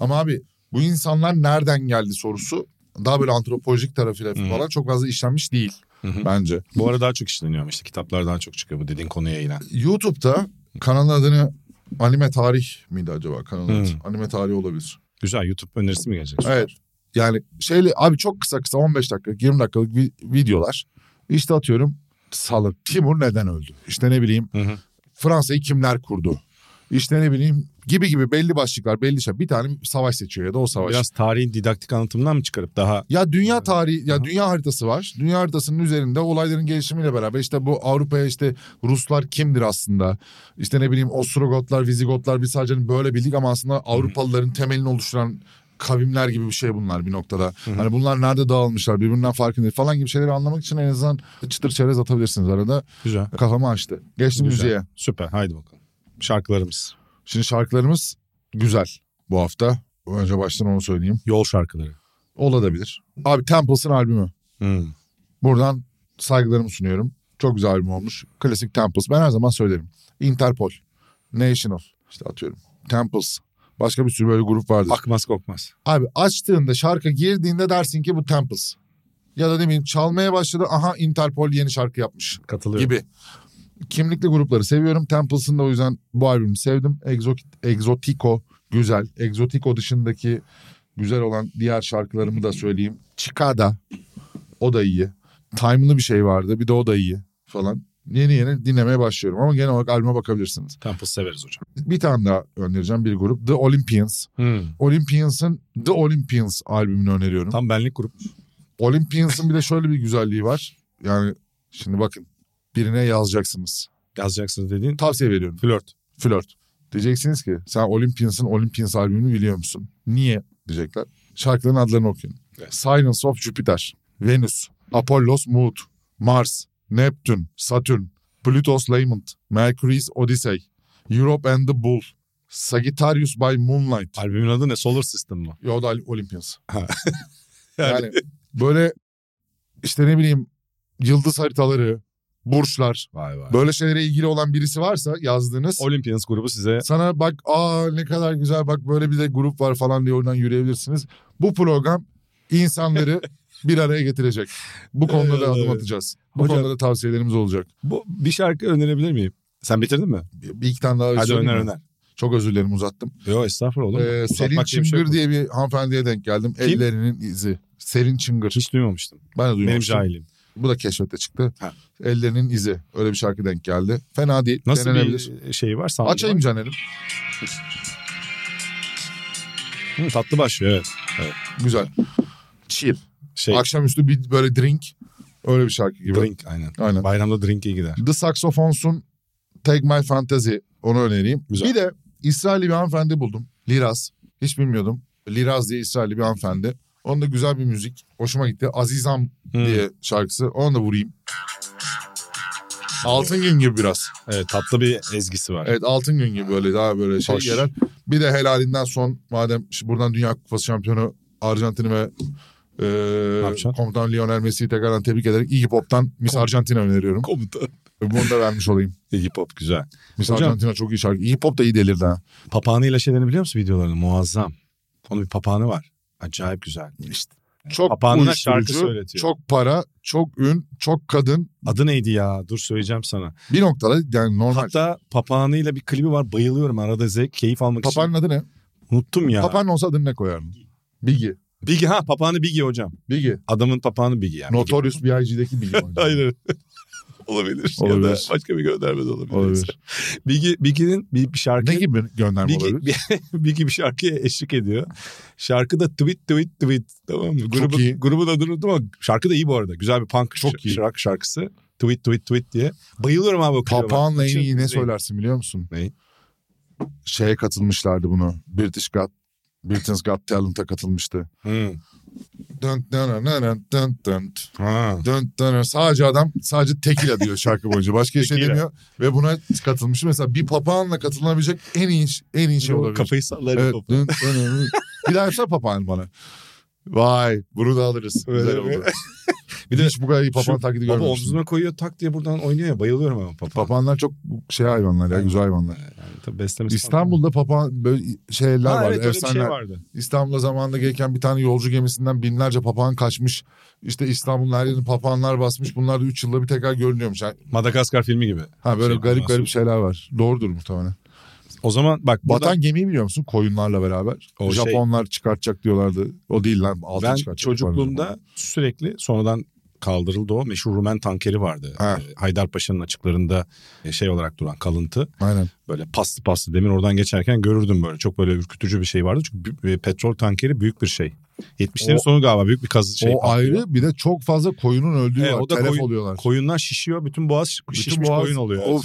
[SPEAKER 3] Ama abi bu insanlar nereden geldi sorusu daha böyle antropolojik tarafıyla
[SPEAKER 2] Hı.
[SPEAKER 3] falan çok fazla işlenmiş değil
[SPEAKER 2] Hı hı.
[SPEAKER 3] bence.
[SPEAKER 2] Bu ara daha çok işleniyor ama işte kitaplar daha çok çıkıyor bu dediğin konuya eğilen.
[SPEAKER 3] YouTube'da kanalın adını Anime Tarih miydi acaba kanalın adı?
[SPEAKER 2] Hı.
[SPEAKER 3] Anime Tarih olabilir.
[SPEAKER 2] Güzel YouTube önerisi mi gelecek?
[SPEAKER 3] Evet. Yani şeyle abi çok kısa kısa 15 dakikalık 20 dakikalık vi- videolar. İşte atıyorum salı Timur neden öldü? İşte ne bileyim
[SPEAKER 2] Hı hı.
[SPEAKER 3] Fransa'yı kimler kurdu? İşte ne bileyim gibi gibi belli başlıklar belli şey. Bir tane savaş seçiyor ya da o savaş.
[SPEAKER 2] Biraz tarihin didaktik anlatımından mı çıkarıp daha
[SPEAKER 3] Ya dünya tarihi ya dünya haritası var. Dünya haritasının üzerinde olayların gelişimiyle beraber işte bu Avrupa'ya işte Ruslar kimdir aslında? İşte ne bileyim Ostrogotlar, Vizigotlar biz sadece hani böyle bildik ama aslında Avrupalıların temelini oluşturan kavimler gibi bir şey bunlar bir noktada. Hani bunlar nerede dağılmışlar birbirinden farkında falan gibi şeyleri anlamak için en azından çıtır çerez atabilirsiniz arada.
[SPEAKER 2] güzel.
[SPEAKER 3] Kafamı açtı. Geçtim
[SPEAKER 2] Güzel.
[SPEAKER 3] müziğe.
[SPEAKER 2] Süper haydi bakalım. Şarkılarımız.
[SPEAKER 3] Şimdi şarkılarımız güzel bu hafta. Önce baştan onu söyleyeyim.
[SPEAKER 2] Yol şarkıları.
[SPEAKER 3] Olabilir. Abi Temples'ın albümü. Hmm.
[SPEAKER 2] Hı.
[SPEAKER 3] Buradan saygılarımı sunuyorum. Çok güzel albüm olmuş. Klasik Temples. Ben her zaman söylerim. Interpol, National işte atıyorum. Temples. Başka bir sürü böyle grup vardır.
[SPEAKER 2] Akmaz kokmaz.
[SPEAKER 3] Abi açtığında şarkı girdiğinde dersin ki bu Temples. Ya da ne bileyim çalmaya başladı. Aha Interpol yeni şarkı yapmış
[SPEAKER 2] Katılıyorum.
[SPEAKER 3] gibi. Kimlikli grupları seviyorum. Temples'ın da o yüzden bu albümü sevdim. Exo- Exotico güzel. Exotico dışındaki güzel olan diğer şarkılarımı da söyleyeyim. Chicada o da iyi. Time'lı bir şey vardı. Bir de o da iyi falan. Yeni yeni dinlemeye başlıyorum ama genel olarak albüme bakabilirsiniz.
[SPEAKER 2] Temple severiz hocam.
[SPEAKER 3] Bir tane daha önereceğim bir grup. The Olympians.
[SPEAKER 2] Hı.
[SPEAKER 3] Olympians'ın The Olympians albümünü öneriyorum.
[SPEAKER 2] Tam benlik grup.
[SPEAKER 3] Olympians'ın bir de şöyle bir güzelliği var. Yani şimdi bakın birine yazacaksınız.
[SPEAKER 2] Yazacaksınız dediğin.
[SPEAKER 3] Tavsiye veriyorum.
[SPEAKER 2] Flört.
[SPEAKER 3] flört. Diyeceksiniz ki sen Olympians'ın Olympians albümünü biliyor musun? Niye? Diyecekler. Şarkıların adlarını okuyun.
[SPEAKER 2] Evet.
[SPEAKER 3] Silence of Jupiter, Venus, Apollos Mood, Mars, Neptün, Satürn, Pluto's Lament, Mercury's Odyssey, Europe and the Bull, Sagittarius by Moonlight.
[SPEAKER 2] Albümün adı ne? Solar System mı?
[SPEAKER 3] Ya o da Olympians.
[SPEAKER 2] Ha.
[SPEAKER 3] yani. böyle işte ne bileyim yıldız haritaları, burçlar
[SPEAKER 2] Vay vay.
[SPEAKER 3] böyle şeylere ilgili olan birisi varsa yazdığınız
[SPEAKER 2] Olympians grubu size
[SPEAKER 3] [laughs] sana bak aa ne kadar güzel bak böyle bir de grup var falan diye oradan yürüyebilirsiniz. Bu program
[SPEAKER 2] [laughs]
[SPEAKER 3] insanları bir araya getirecek. Bu konuda da adım
[SPEAKER 2] Evet.
[SPEAKER 3] atacağız. Bu
[SPEAKER 2] Hocam-
[SPEAKER 3] konuda da tavsiyelerimiz olacak.
[SPEAKER 2] bu bir şarkı önerebilir miyim? Sen bitirdin mi?
[SPEAKER 3] Bir iki tane daha
[SPEAKER 2] Hadi
[SPEAKER 3] söyleyeyim
[SPEAKER 2] öner
[SPEAKER 3] mi?
[SPEAKER 2] öner.
[SPEAKER 3] Çok özür dilerim uzattım.
[SPEAKER 2] Yo estağfurullah oğlum.
[SPEAKER 3] Ee, Selin
[SPEAKER 2] Uzatmak diye bir şey
[SPEAKER 3] Çıngır
[SPEAKER 2] yok.
[SPEAKER 3] diye bir hanımefendiye denk geldim. Ellerinin izi. Selin Çıngır.
[SPEAKER 2] Hiç duymamıştım.
[SPEAKER 3] Ben de
[SPEAKER 2] Benim
[SPEAKER 3] duymamıştım.
[SPEAKER 2] cahilim.
[SPEAKER 3] Bu da keşfette çıktı.
[SPEAKER 2] Ha.
[SPEAKER 3] Ellerinin izi. Öyle bir şarkı denk geldi. Fena değil.
[SPEAKER 2] Nasıl
[SPEAKER 3] denenebilir.
[SPEAKER 2] bir şey var? Sound
[SPEAKER 3] Açayım
[SPEAKER 2] var.
[SPEAKER 3] Caner'im.
[SPEAKER 2] Hı, tatlı başlıyor evet.
[SPEAKER 3] Güzel. Chill.
[SPEAKER 2] Şey,
[SPEAKER 3] Akşamüstü bir böyle drink. Öyle bir şarkı gibi.
[SPEAKER 2] drink aynen.
[SPEAKER 3] Aynen.
[SPEAKER 2] Bayramda drink iyi gider.
[SPEAKER 3] The Saxophones'un Take My Fantasy onu önereyim.
[SPEAKER 2] Güzel.
[SPEAKER 3] Bir de İsrailli bir hanımefendi buldum. Liraz. Hiç bilmiyordum. Liraz diye İsrailli bir hanımefendi. Onun da güzel bir müzik. Hoşuma gitti. Azizam
[SPEAKER 2] Hı.
[SPEAKER 3] diye şarkısı. Onu da vurayım. Altın gün gibi biraz.
[SPEAKER 2] Evet tatlı bir ezgisi var.
[SPEAKER 3] Evet altın gün gibi böyle daha böyle şey
[SPEAKER 2] Hoş.
[SPEAKER 3] yerel. Bir de helalinden son madem şu- buradan Dünya Kupası şampiyonu Arjantin ve e,
[SPEAKER 2] yapacaksın?
[SPEAKER 3] komutan Lionel Messi'yi tekrardan tebrik ederek İyi Pop'tan Miss Arjantin'e öneriyorum.
[SPEAKER 2] Komutan.
[SPEAKER 3] Bunu da vermiş olayım.
[SPEAKER 2] Hip hop güzel.
[SPEAKER 3] Mesela
[SPEAKER 2] Hocam-
[SPEAKER 3] Arjantin'e çok iyi şarkı. Hip hop da iyi delirdi ha.
[SPEAKER 2] Papağanıyla şeylerini biliyor musun videolarını? Muazzam. Onun bir papağanı var. Acayip güzel. İşte.
[SPEAKER 3] Çok
[SPEAKER 2] Papağanına şarkı
[SPEAKER 3] uyuşturucu,
[SPEAKER 2] söyletiyor.
[SPEAKER 3] çok para, çok ün, çok kadın.
[SPEAKER 2] Adı neydi ya? Dur söyleyeceğim sana.
[SPEAKER 3] Bir noktada yani normal.
[SPEAKER 2] Hatta papağanıyla bir klibi var. Bayılıyorum arada zevk, keyif almak
[SPEAKER 3] Papağanın adı ne?
[SPEAKER 2] için. Unuttum şey- ya.
[SPEAKER 3] Papağan olsa adını ne koyardın? Biggie.
[SPEAKER 2] Bigi ha papağanı Bigi hocam.
[SPEAKER 3] Biggie.
[SPEAKER 2] Adamın papağanı Bigi yani. [laughs]
[SPEAKER 3] Notorious B.I.G.'deki Biggie. bence.
[SPEAKER 2] olabilir.
[SPEAKER 3] Ya da Olabilir.
[SPEAKER 2] başka bir gönderme de olabilir.
[SPEAKER 3] Olabilir.
[SPEAKER 2] Bigi, Bigi'nin bir, bir şarkı...
[SPEAKER 3] Ne gibi bir gönderme olabilir?
[SPEAKER 2] Bigi, Bigi bir [laughs] şarkıya eşlik ediyor. Şarkıda tweet tweet tweet tamam mı? Grubun,
[SPEAKER 3] iyi.
[SPEAKER 2] Grubun adını unuttum ama şarkı da iyi bu arada. Güzel bir punk
[SPEAKER 3] Çok
[SPEAKER 2] şarkı,
[SPEAKER 3] iyi.
[SPEAKER 2] şarkı şarkısı. Tweet tweet tweet diye. Bayılıyorum abi o klibe bak.
[SPEAKER 3] Papağanla en
[SPEAKER 2] İçin-
[SPEAKER 3] iyi ne söylersin biliyor musun?
[SPEAKER 2] Neyi?
[SPEAKER 3] Şeye katılmışlardı bunu. British Got Britain's Got Talent'a katılmıştı.
[SPEAKER 2] Hı.
[SPEAKER 3] Dön dön dön dön dön
[SPEAKER 2] Ha.
[SPEAKER 3] dön dön sadece adam sadece tekila diyor şarkı boyunca. Başka şey
[SPEAKER 2] Tekila.
[SPEAKER 3] demiyor ve buna katılmış. Mesela bir papağanla katılabilecek en iyi en iyi şey olabilir.
[SPEAKER 2] Kafayı sallarım
[SPEAKER 3] Evet,
[SPEAKER 2] topu.
[SPEAKER 3] dön, dön, dön. bir daha yapsa papağan bana. Vay bunu da alırız. Güzel
[SPEAKER 2] Öyle mi? [laughs]
[SPEAKER 3] oldu. bir de hiç bu kadar iyi papağan
[SPEAKER 2] Şu-
[SPEAKER 3] taklidi
[SPEAKER 2] Baba
[SPEAKER 3] görmemiştim.
[SPEAKER 2] omzuna koyuyor tak diye buradan oynuyor ya bayılıyorum ama papa.
[SPEAKER 3] Papağanlar çok şey hayvanlar ya güzel hayvanlar.
[SPEAKER 2] Yani tabii beslemesi
[SPEAKER 3] İstanbul'da papağan böyle şeyler
[SPEAKER 2] falan. Ha,
[SPEAKER 3] vardı.
[SPEAKER 2] evet, öyle bir
[SPEAKER 3] efsaneler.
[SPEAKER 2] şey vardı.
[SPEAKER 3] İstanbul'a zamanında gelirken bir tane yolcu gemisinden binlerce papağan kaçmış. İşte İstanbul'un her yerini papağanlar basmış. Bunlar da 3 yılda bir tekrar görünüyormuş. Ha-
[SPEAKER 2] Madagaskar filmi gibi.
[SPEAKER 3] Ha böyle
[SPEAKER 2] Şey,
[SPEAKER 3] garip
[SPEAKER 2] anlarsın.
[SPEAKER 3] garip şeyler var. Doğrudur muhtemelen.
[SPEAKER 2] O zaman bak
[SPEAKER 3] Batan
[SPEAKER 2] buradan
[SPEAKER 3] gemiyi biliyor musun? Koyunlarla beraber.
[SPEAKER 2] O şey-
[SPEAKER 3] Japonlar çıkartacak diyorlardı. O değil lan. Altın
[SPEAKER 2] ben
[SPEAKER 3] çıkartacak.
[SPEAKER 2] çocukluğumda sürekli sonradan kaldırıldı o meşhur Rumen tankeri vardı.
[SPEAKER 3] Ha.
[SPEAKER 2] Ee, Haydarpaşa'nın açıklarında e, şey olarak duran kalıntı.
[SPEAKER 3] Aynen.
[SPEAKER 2] Böyle paslı paslı demir oradan geçerken görürdüm böyle. Çok böyle ürkütücü bir şey vardı. Çünkü bü- e, petrol tankeri büyük bir şey. 70'lerin
[SPEAKER 3] O-
[SPEAKER 2] sonu galiba büyük bir kazı şey.
[SPEAKER 3] o
[SPEAKER 2] patlıyor.
[SPEAKER 3] ayrı bir de çok fazla koyunun öldüğü
[SPEAKER 2] Evet,
[SPEAKER 3] var.
[SPEAKER 2] o da
[SPEAKER 3] Telef
[SPEAKER 2] koyun-
[SPEAKER 3] oluyorlar.
[SPEAKER 2] Koyunlar şişiyor. Bütün boğaz
[SPEAKER 3] Bütün
[SPEAKER 2] şişmiş
[SPEAKER 3] boğaz-
[SPEAKER 2] koyun oluyor.
[SPEAKER 3] Of.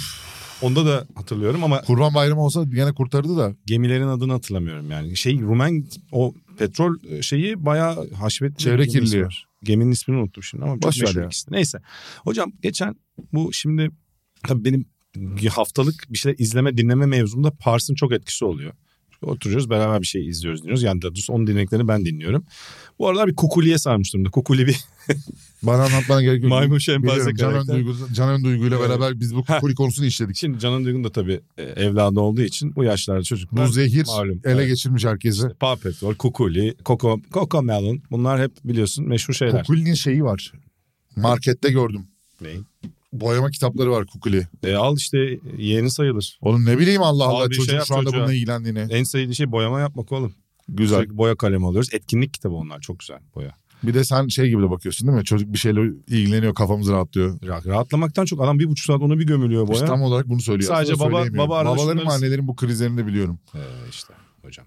[SPEAKER 2] Onda da hatırlıyorum ama
[SPEAKER 3] Kurban bayramı olsa gene kurtardı da.
[SPEAKER 2] gemilerin adını hatırlamıyorum yani. Şey Rumen o petrol e, şeyi bayağı haşmetli. bir
[SPEAKER 3] Çevre
[SPEAKER 2] gemisi
[SPEAKER 3] kirliliği.
[SPEAKER 2] var. Geminin ismini unuttum şimdi ama
[SPEAKER 3] Boş
[SPEAKER 2] çok
[SPEAKER 3] ver
[SPEAKER 2] meşhur
[SPEAKER 3] ya.
[SPEAKER 2] ikisi. Neyse. Hocam geçen bu şimdi tabii benim haftalık bir şeyler izleme dinleme mevzumda Pars'ın çok etkisi oluyor. Çünkü Oturuyoruz beraber bir şey izliyoruz dinliyoruz. Yani daha doğrusu onun dinlediklerini ben dinliyorum. Bu aralar bir Kukuli'ye sarmış durumda. Kukuli
[SPEAKER 3] [laughs]
[SPEAKER 2] bir
[SPEAKER 3] Bana anlatmana gerek yok.
[SPEAKER 2] maymun şempanze
[SPEAKER 3] Biliyorum, Can
[SPEAKER 2] karakter.
[SPEAKER 3] Önduygu, Can Önduygu ile
[SPEAKER 2] Evet.
[SPEAKER 3] beraber biz bu
[SPEAKER 2] Ha.
[SPEAKER 3] kukuli konusunu işledik.
[SPEAKER 2] Şimdi Canan Duygun da tabii e, evladı olduğu için bu yaşlarda
[SPEAKER 3] Bu
[SPEAKER 2] çocuklar
[SPEAKER 3] zehir
[SPEAKER 2] malum.
[SPEAKER 3] ele
[SPEAKER 2] Evet.
[SPEAKER 3] geçirmiş herkesi.
[SPEAKER 2] Paw Patrol, Kukuli, Coco, Coco Melon. Bunlar hep biliyorsun meşhur şeyler.
[SPEAKER 3] Kukuli'nin şeyi var. Markette gördüm.
[SPEAKER 2] Ney?
[SPEAKER 3] Boyama kitapları var Kukuli.
[SPEAKER 2] E, al işte yeğeni sayılır.
[SPEAKER 3] Oğlum ne bileyim Allah Allah
[SPEAKER 2] Abi bir şey
[SPEAKER 3] çocuğun
[SPEAKER 2] yap
[SPEAKER 3] şu anda
[SPEAKER 2] çocuğa.
[SPEAKER 3] bununla ilgilendiğini.
[SPEAKER 2] En sevdiği şey boyama yapmak oğlum.
[SPEAKER 3] Güzel.
[SPEAKER 2] Sürekli boya kalemi alıyoruz. Etkinlik kitabı onlar. Çok güzel boya.
[SPEAKER 3] Bir de sen şey gibi de bakıyorsun değil mi? Çocuk bir şeyle ilgileniyor kafamız rahatlıyor.
[SPEAKER 2] Ra- Rahatlamaktan çok adam bir buçuk saat onu bir gömülüyor boya.
[SPEAKER 3] İşte tam olarak bunu söylüyor.
[SPEAKER 2] Sadece
[SPEAKER 3] Aslında
[SPEAKER 2] baba-
[SPEAKER 3] söyleyemiyorum.
[SPEAKER 2] baba arada
[SPEAKER 3] Babaların
[SPEAKER 2] şunları-
[SPEAKER 3] ve annelerin bu krizlerini de biliyorum.
[SPEAKER 2] Ee, işte hocam.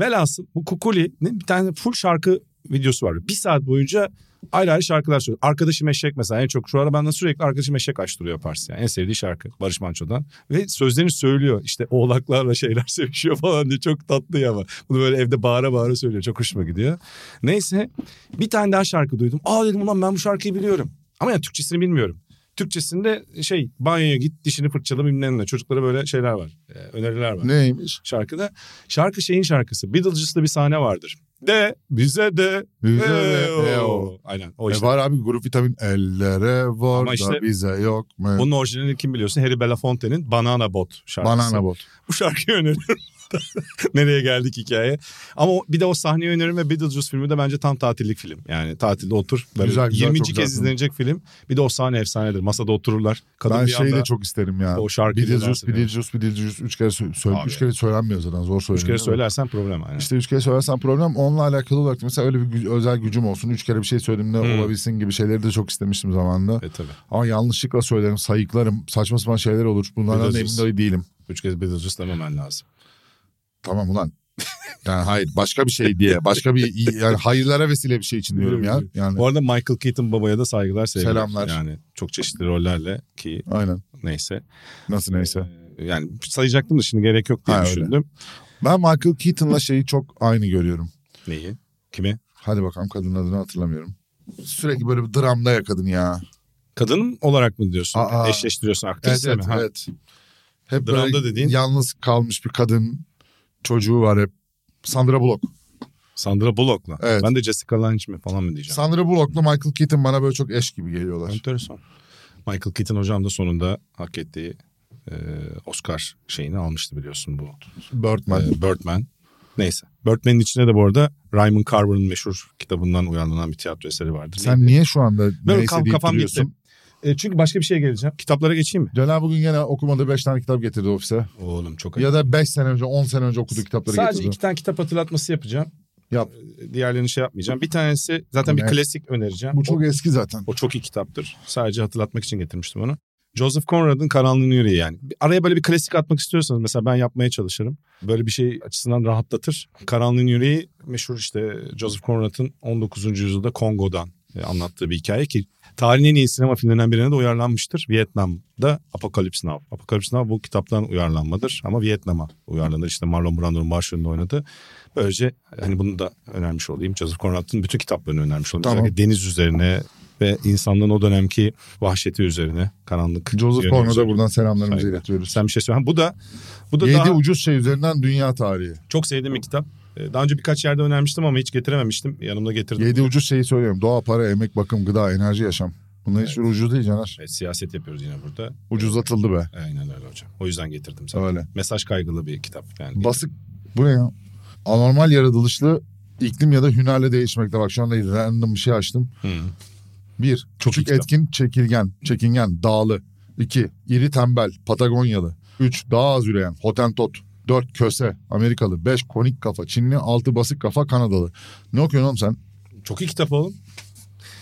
[SPEAKER 2] Velhasıl bu Kukuli'nin bir tane full şarkı videosu var. Bir saat boyunca ayrı ayrı şarkılar söylüyor. Arkadaşım Eşek mesela en çok şu ara benden sürekli Arkadaşım Eşek açtırıyor Pars. Yani en sevdiği şarkı Barış Manço'dan. Ve sözlerini söylüyor. İşte oğlaklarla şeyler [laughs] sevişiyor falan diye çok tatlı ya ama. Bunu böyle evde bağıra bağıra söylüyor. Çok hoşuma gidiyor. Neyse bir tane daha şarkı duydum. Aa dedim ulan ben bu şarkıyı biliyorum. Ama yani Türkçesini bilmiyorum. Türkçesinde şey banyoya git dişini fırçala bilmem ne. Çocuklara böyle şeyler var. e, öneriler var
[SPEAKER 3] Neymiş?
[SPEAKER 2] şarkıda. Şarkı şeyin şarkısı. Beatles'ta bir sahne vardır. De bize de.
[SPEAKER 3] Bize de,
[SPEAKER 2] e, o.
[SPEAKER 3] e, o.
[SPEAKER 2] Aynen o işte.
[SPEAKER 3] E var abi grup vitamin ellere var
[SPEAKER 2] Ama
[SPEAKER 3] da
[SPEAKER 2] işte-
[SPEAKER 3] bize yok mu?
[SPEAKER 2] Bunun orijinalini kim biliyorsun? Harry Belafonte'nin Banana Bot şarkısı.
[SPEAKER 3] Banana bot.
[SPEAKER 2] Bu şarkıyı öneriyorum. [laughs] Nereye geldik hikaye. Ama o- bir de o sahneyi öneririm ve Beetlejuice filmi de bence tam tatillik film. Yani tatilde otur. Böyle
[SPEAKER 3] Güzel, güzel,
[SPEAKER 2] 20.
[SPEAKER 3] çok güzel
[SPEAKER 2] kez
[SPEAKER 3] film.
[SPEAKER 2] izlenecek film. Bir de o sahne efsanedir. Masada otururlar. Kadın
[SPEAKER 3] ben
[SPEAKER 2] bir
[SPEAKER 3] şeyi
[SPEAKER 2] anda
[SPEAKER 3] de çok isterim ya.
[SPEAKER 2] o şarkıyı
[SPEAKER 3] Beetlejuice,
[SPEAKER 2] dans ediyor.
[SPEAKER 3] Beetlejuice, Beetlejuice. Üç kere, sö- söyle-
[SPEAKER 2] Abi.
[SPEAKER 3] üç kere söylenmiyor zaten. Zor söyleniyor.
[SPEAKER 2] üç kere
[SPEAKER 3] değil mi?
[SPEAKER 2] söylersen problem. Aynen.
[SPEAKER 3] İşte üç kere söylersen problem. Onunla alakalı olarak da mesela öyle bir gü- özel gücüm olsun. Üç kere bir şey söylediğimde
[SPEAKER 2] Hmm.
[SPEAKER 3] olabilsin gibi şeyleri de çok istemiştim zamanında.
[SPEAKER 2] E tabii.
[SPEAKER 3] Ama yanlışlıkla söylerim, sayıklarım. Saçma sapan şeyler olur. Bunlardan da emin
[SPEAKER 2] Beetlejuice.
[SPEAKER 3] de değilim.
[SPEAKER 2] Üç kez Beetlejuice dememen lazım.
[SPEAKER 3] Tamam ulan. [laughs] Yani hayır başka bir şey diye. Başka bir iyi- yani hayırlara vesile bir şey için diyorum ya. Yani
[SPEAKER 2] Bu arada Michael Keaton babaya da saygılar sevgiler.
[SPEAKER 3] Selamlar.
[SPEAKER 2] Yani çok çeşitli rollerle ki
[SPEAKER 3] aynen.
[SPEAKER 2] neyse.
[SPEAKER 3] Nasıl neyse.
[SPEAKER 2] Ee, Yani sayacaktım da şimdi gerek yok diye
[SPEAKER 3] Ha, öyle.
[SPEAKER 2] düşündüm.
[SPEAKER 3] Ben Michael Keaton'la şeyi çok aynı görüyorum.
[SPEAKER 2] Neyi? Kimi?
[SPEAKER 3] Hadi bakalım kadının adını hatırlamıyorum. Sürekli böyle bir dramda ya kadın ya.
[SPEAKER 2] Kadın olarak mı diyorsun?
[SPEAKER 3] Aa.
[SPEAKER 2] Eşleştiriyorsun
[SPEAKER 3] Evet
[SPEAKER 2] aktrisle
[SPEAKER 3] evet,
[SPEAKER 2] mi? Ha.
[SPEAKER 3] evet. Hep
[SPEAKER 2] Dramda
[SPEAKER 3] böyle
[SPEAKER 2] dediğin-
[SPEAKER 3] yalnız kalmış bir kadın çocuğu var hep. Sandra Bullock.
[SPEAKER 2] Sandra Bullock'la.
[SPEAKER 3] Evet.
[SPEAKER 2] Ben de Jessica Lange mi falan mı diyeceğim?
[SPEAKER 3] Sandra Bullock'la Michael Keaton bana böyle çok eş gibi geliyorlar.
[SPEAKER 2] Enteresan. Michael Keaton hocam da sonunda hak ettiği e, Oscar şeyini almıştı biliyorsun bu.
[SPEAKER 3] Birdman.
[SPEAKER 2] E, Birdman. Neyse. Birdman'in içinde de bu arada Raymond Carver'ın meşhur kitabından uyarlanan bir tiyatro eseri vardır.
[SPEAKER 3] Sen niye şu anda neyse
[SPEAKER 2] kaf-
[SPEAKER 3] deyip
[SPEAKER 2] kafam
[SPEAKER 3] duruyorsun?
[SPEAKER 2] gitti. E, çünkü başka bir şeye geleceğim. Kitaplara geçeyim mi?
[SPEAKER 3] Celal bugün gene okumadığı 5 tane kitap getirdi ofise.
[SPEAKER 2] Oğlum çok
[SPEAKER 3] Ya da 5 sene önce 10 sene önce okuduğu kitapları
[SPEAKER 2] Sadece
[SPEAKER 3] getirdi.
[SPEAKER 2] iki tane kitap hatırlatması yapacağım.
[SPEAKER 3] Yap.
[SPEAKER 2] E, Diğerlerini şey yapmayacağım. Bir tanesi zaten bir
[SPEAKER 3] Evet.
[SPEAKER 2] klasik önereceğim.
[SPEAKER 3] Bu çok
[SPEAKER 2] o,
[SPEAKER 3] eski zaten.
[SPEAKER 2] o çok iyi kitaptır. Sadece hatırlatmak için getirmiştim onu. Joseph Conrad'ın Karanlığın Yüreği yani. Bir- Araya böyle bir klasik atmak istiyorsanız mesela ben yapmaya çalışırım. Böyle bir şey açısından rahatlatır. Karanlığın Yüreği meşhur işte Joseph Conrad'ın 19. yüzyılda Kongo'dan e, anlattığı bir hikaye ki tarihin en iyi sinema filmlerinden birine de uyarlanmıştır. Vietnam'da Apocalypse Now. Apocalypse Now bu kitaptan uyarlanmadır ama Vietnam'a uyarlanır. İşte Marlon Brando'nun başrolünde oynadı. Böylece hani bunu da önermiş olayım. Joseph Conrad'ın bütün kitaplarını önermiş olayım.
[SPEAKER 3] Tamam.
[SPEAKER 2] Özellikle deniz üzerine ve insanlığın o dönemki vahşeti üzerine karanlık.
[SPEAKER 3] Joseph
[SPEAKER 2] yönü
[SPEAKER 3] Conrad'a
[SPEAKER 2] üzerine.
[SPEAKER 3] buradan selamlarımızı
[SPEAKER 2] Saygılar.
[SPEAKER 3] iletiyoruz.
[SPEAKER 2] Sen bir şey söyle. Ha, Bu da bu da
[SPEAKER 3] Yedi
[SPEAKER 2] daha
[SPEAKER 3] ucuz şey üzerinden dünya tarihi.
[SPEAKER 2] çok sevdiğim bir kitap. Ee, Daha önce birkaç yerde önermiştim ama hiç getirememiştim. Yanımda getirdim.
[SPEAKER 3] Yedi ucuz şeyi söylüyorum. Doğa, para, emek, bakım, gıda, enerji, yaşam. Bunlar hiçbir ucuz değil Caner.
[SPEAKER 2] Evet, siyaset yapıyoruz yine burada.
[SPEAKER 3] Ucuzlatıldı be.
[SPEAKER 2] Aynen öyle hocam. O yüzden getirdim sana.
[SPEAKER 3] Öyle.
[SPEAKER 2] Mesaj kaygılı bir kitap. Yani
[SPEAKER 3] Basık. Bu ne ya? Anormal yaratılışlı iklim ya da hünerle değişmekte. Bak şu anda random bir şey açtım.
[SPEAKER 2] Hı.
[SPEAKER 3] Bir,
[SPEAKER 2] Çok iyi
[SPEAKER 3] küçük
[SPEAKER 2] kitap.
[SPEAKER 3] etkin çekirgen, çekingen, dağlı. İki, iri tembel, Patagonyalı. Üç, daha az üreyen, Hotentot. Dört, köse, Amerikalı. Beş, konik kafa, Çinli. Altı, basık kafa, Kanadalı. Ne okuyorsun oğlum sen?
[SPEAKER 2] Çok iyi kitap oğlum.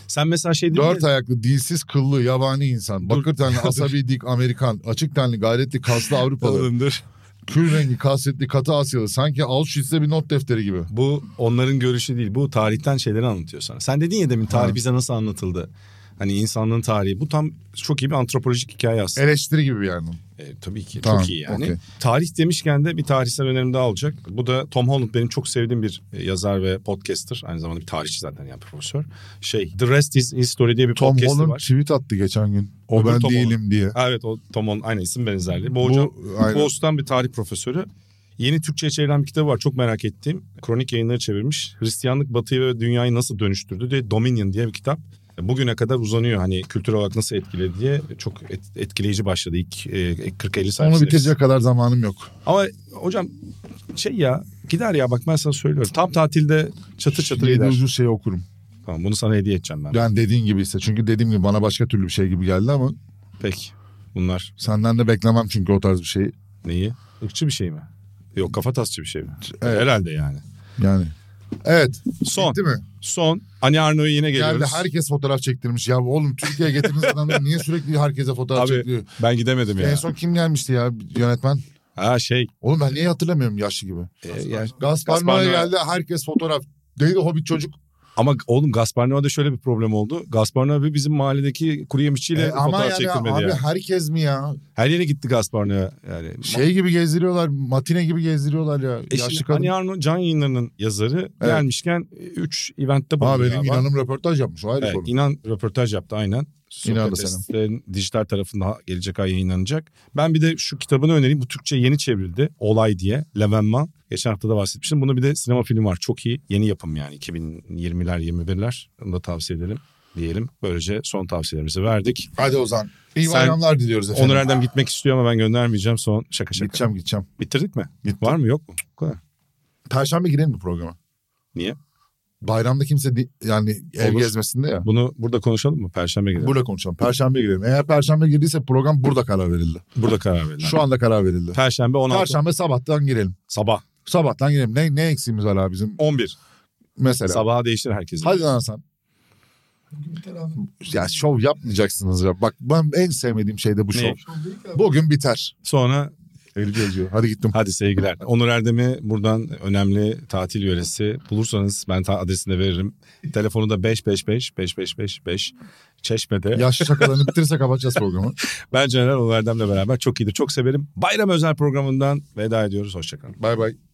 [SPEAKER 2] Sen mesela şey dedin
[SPEAKER 3] Dört
[SPEAKER 2] ya,
[SPEAKER 3] ayaklı, dilsiz, kıllı, yabani insan.
[SPEAKER 2] Dur. [laughs]
[SPEAKER 3] Bakır tenli, asabi, dik, Amerikan. Açık tenli, gayretli, kaslı Avrupalı.
[SPEAKER 2] oğlum dur.
[SPEAKER 3] Kül rengi, kasvetli, katı Asyalı. Sanki Auschwitz'te bir not defteri gibi.
[SPEAKER 2] Bu onların görüşü değil. Bu tarihten şeyleri anlatıyor sana. Sen dedin ya demin tarih
[SPEAKER 3] Ha.
[SPEAKER 2] bize nasıl anlatıldı? Hani insanlığın tarihi. Bu tam çok iyi bir antropolojik hikaye aslında.
[SPEAKER 3] Eleştiri gibi yani.
[SPEAKER 2] E, tabii ki
[SPEAKER 3] Tamam,
[SPEAKER 2] çok iyi yani.
[SPEAKER 3] okey.
[SPEAKER 2] Tarih demişken de bir tarihsel önerim daha olacak. Bu da Tom Holland benim çok sevdiğim bir e, yazar ve podcaster. Aynı zamanda bir tarihçi zaten yani profesör. Şey The Rest is History diye bir
[SPEAKER 3] Tom
[SPEAKER 2] podcast'i
[SPEAKER 3] Holland
[SPEAKER 2] var.
[SPEAKER 3] tweet attı geçen gün. O
[SPEAKER 2] Öbür
[SPEAKER 3] ben
[SPEAKER 2] Tom
[SPEAKER 3] değilim diye.
[SPEAKER 2] Ha, evet o Tom Holland aynı isim benzerliği. Bu,
[SPEAKER 3] Bu-
[SPEAKER 2] hocam
[SPEAKER 3] aynen.
[SPEAKER 2] Boğaz'dan bir tarih profesörü. Yeni Türkçe'ye çevrilen bir kitabı var. Çok merak ettiğim. Kronik yayınları çevirmiş. Hristiyanlık Batı'yı ve dünyayı nasıl dönüştürdü diye Dominion diye bir kitap. Bugüne kadar uzanıyor hani kültür olarak nasıl etkiledi diye çok et- etkileyici başladı ilk e, 40-50 sayfasında.
[SPEAKER 3] Onu bitirecek kadar zamanım yok.
[SPEAKER 2] Ama hocam şey ya gider ya bak ben sana söylüyorum. Tam tatilde çatır çatır
[SPEAKER 3] Yedi
[SPEAKER 2] gider.
[SPEAKER 3] ucuz şeyi okurum.
[SPEAKER 2] Tamam bunu sana hediye edeceğim ben.
[SPEAKER 3] Yani dediğin gibi ise. Çünkü dediğim gibi bana başka türlü bir şey gibi geldi ama
[SPEAKER 2] Peki bunlar
[SPEAKER 3] senden de beklemem çünkü o tarz bir şeyi.
[SPEAKER 2] neyi? Irkçı bir şey mi? Yok kafa tasçı bir şey mi?
[SPEAKER 3] Evet.
[SPEAKER 2] Herhalde yani.
[SPEAKER 3] Yani. Evet.
[SPEAKER 2] Son.
[SPEAKER 3] Bitti mi?
[SPEAKER 2] Son. Ani Arno'yu yine geliyoruz.
[SPEAKER 3] Geldi herkes fotoğraf çektirmiş. Ya oğlum Türkiye'ye getirdiğiniz adamlar niye sürekli herkese fotoğraf
[SPEAKER 2] Abi
[SPEAKER 3] çektiriyor?
[SPEAKER 2] ben gidemedim ya.
[SPEAKER 3] En son kim gelmişti ya yönetmen?
[SPEAKER 2] Ha şey.
[SPEAKER 3] Oğlum ben niye hatırlamıyorum yaşlı gibi.
[SPEAKER 2] e, ya-
[SPEAKER 3] Gaspar
[SPEAKER 2] Gaspar
[SPEAKER 3] Noé
[SPEAKER 2] Noé.
[SPEAKER 3] geldi herkes fotoğraf. Deli hobbit çocuk.
[SPEAKER 2] ama oğlum Gaspar Noé'de şöyle bir problem oldu. Gaspar Noé bizim mahalledeki kuru yemişçiyle
[SPEAKER 3] E, ama
[SPEAKER 2] fotoğraf
[SPEAKER 3] yani
[SPEAKER 2] çektirmedi
[SPEAKER 3] abi
[SPEAKER 2] ya.
[SPEAKER 3] herkes mi ya?
[SPEAKER 2] Her yere gitti Gaspar Noé. Yani
[SPEAKER 3] Şey gibi gezdiriyorlar. Matine gibi gezdiriyorlar ya.
[SPEAKER 2] E
[SPEAKER 3] yaşlı
[SPEAKER 2] şimdi
[SPEAKER 3] kadın.
[SPEAKER 2] Hani Arno can yayınlarının yazarı gelmişken 3 eventte
[SPEAKER 3] Aa
[SPEAKER 2] bulunuyor
[SPEAKER 3] benim
[SPEAKER 2] galiba.
[SPEAKER 3] inanım röportaj yapmış. O ayrı
[SPEAKER 2] Evet,
[SPEAKER 3] konu.
[SPEAKER 2] inan röportaj yaptı aynen.
[SPEAKER 3] İnan da
[SPEAKER 2] Sokrates'in dijital tarafında gelecek ay yayınlanacak. Ben bir de şu kitabını önereyim. Bu Türkçe yeni çevrildi. Olay diye. Levenman. Geçen hafta da bahsetmiştim. Bunu bir de sinema filmi var. Çok iyi. Yeni yapım yani. 2020'ler 21'ler. Onu da tavsiye edelim diyelim. Böylece son tavsiyelerimizi verdik.
[SPEAKER 3] Hadi Ozan. İyi
[SPEAKER 2] Sen-
[SPEAKER 3] bayramlar diliyoruz efendim.
[SPEAKER 2] Onur Erdem gitmek istiyor ama ben göndermeyeceğim. Son şaka şaka.
[SPEAKER 3] Gideceğim gideceğim.
[SPEAKER 2] Bitirdik mi?
[SPEAKER 3] Gittim.
[SPEAKER 2] Var mı yok mu? Bu kadar.
[SPEAKER 3] Perşembe girelim mi programa?
[SPEAKER 2] Niye?
[SPEAKER 3] Bayramda kimse di- yani ev
[SPEAKER 2] Olur.
[SPEAKER 3] gezmesinde ya.
[SPEAKER 2] Bunu burada konuşalım mı? Perşembe gidelim.
[SPEAKER 3] Burada konuşalım. Perşembe girelim. Eğer perşembe girdiyse program burada karar verildi.
[SPEAKER 2] Burada karar verilen.
[SPEAKER 3] Şu anda karar verildi.
[SPEAKER 2] Perşembe 16
[SPEAKER 3] Perşembe sabahtan girelim.
[SPEAKER 2] sabah
[SPEAKER 3] Sabahtan girelim. Ne, ne eksiğimiz var abi bizim
[SPEAKER 2] 11.
[SPEAKER 3] mesela?
[SPEAKER 2] Sabaha değişir herkesin.
[SPEAKER 3] Hadi lan sen. Ya şov yapmayacaksınız ya. Bak ben en sevmediğim şey de bu
[SPEAKER 2] Ne?
[SPEAKER 3] şov. Bugün biter.
[SPEAKER 2] Sonra
[SPEAKER 3] Elif yazıyor. Hadi gittim.
[SPEAKER 2] hadi sevgiler. Onur Erdem'i buradan önemli tatil yöresi bulursanız ben ta adresini de veririm. Telefonu da 555 555 5 Çeşme'de.
[SPEAKER 3] Yaşlı şakalarını bitirirse kapatacağız programı.
[SPEAKER 2] Ben Caner Onur Erdem'le beraber çok iyidir. Çok severim. Bayram özel programından veda ediyoruz. Hoşçakalın.
[SPEAKER 3] Bay bay.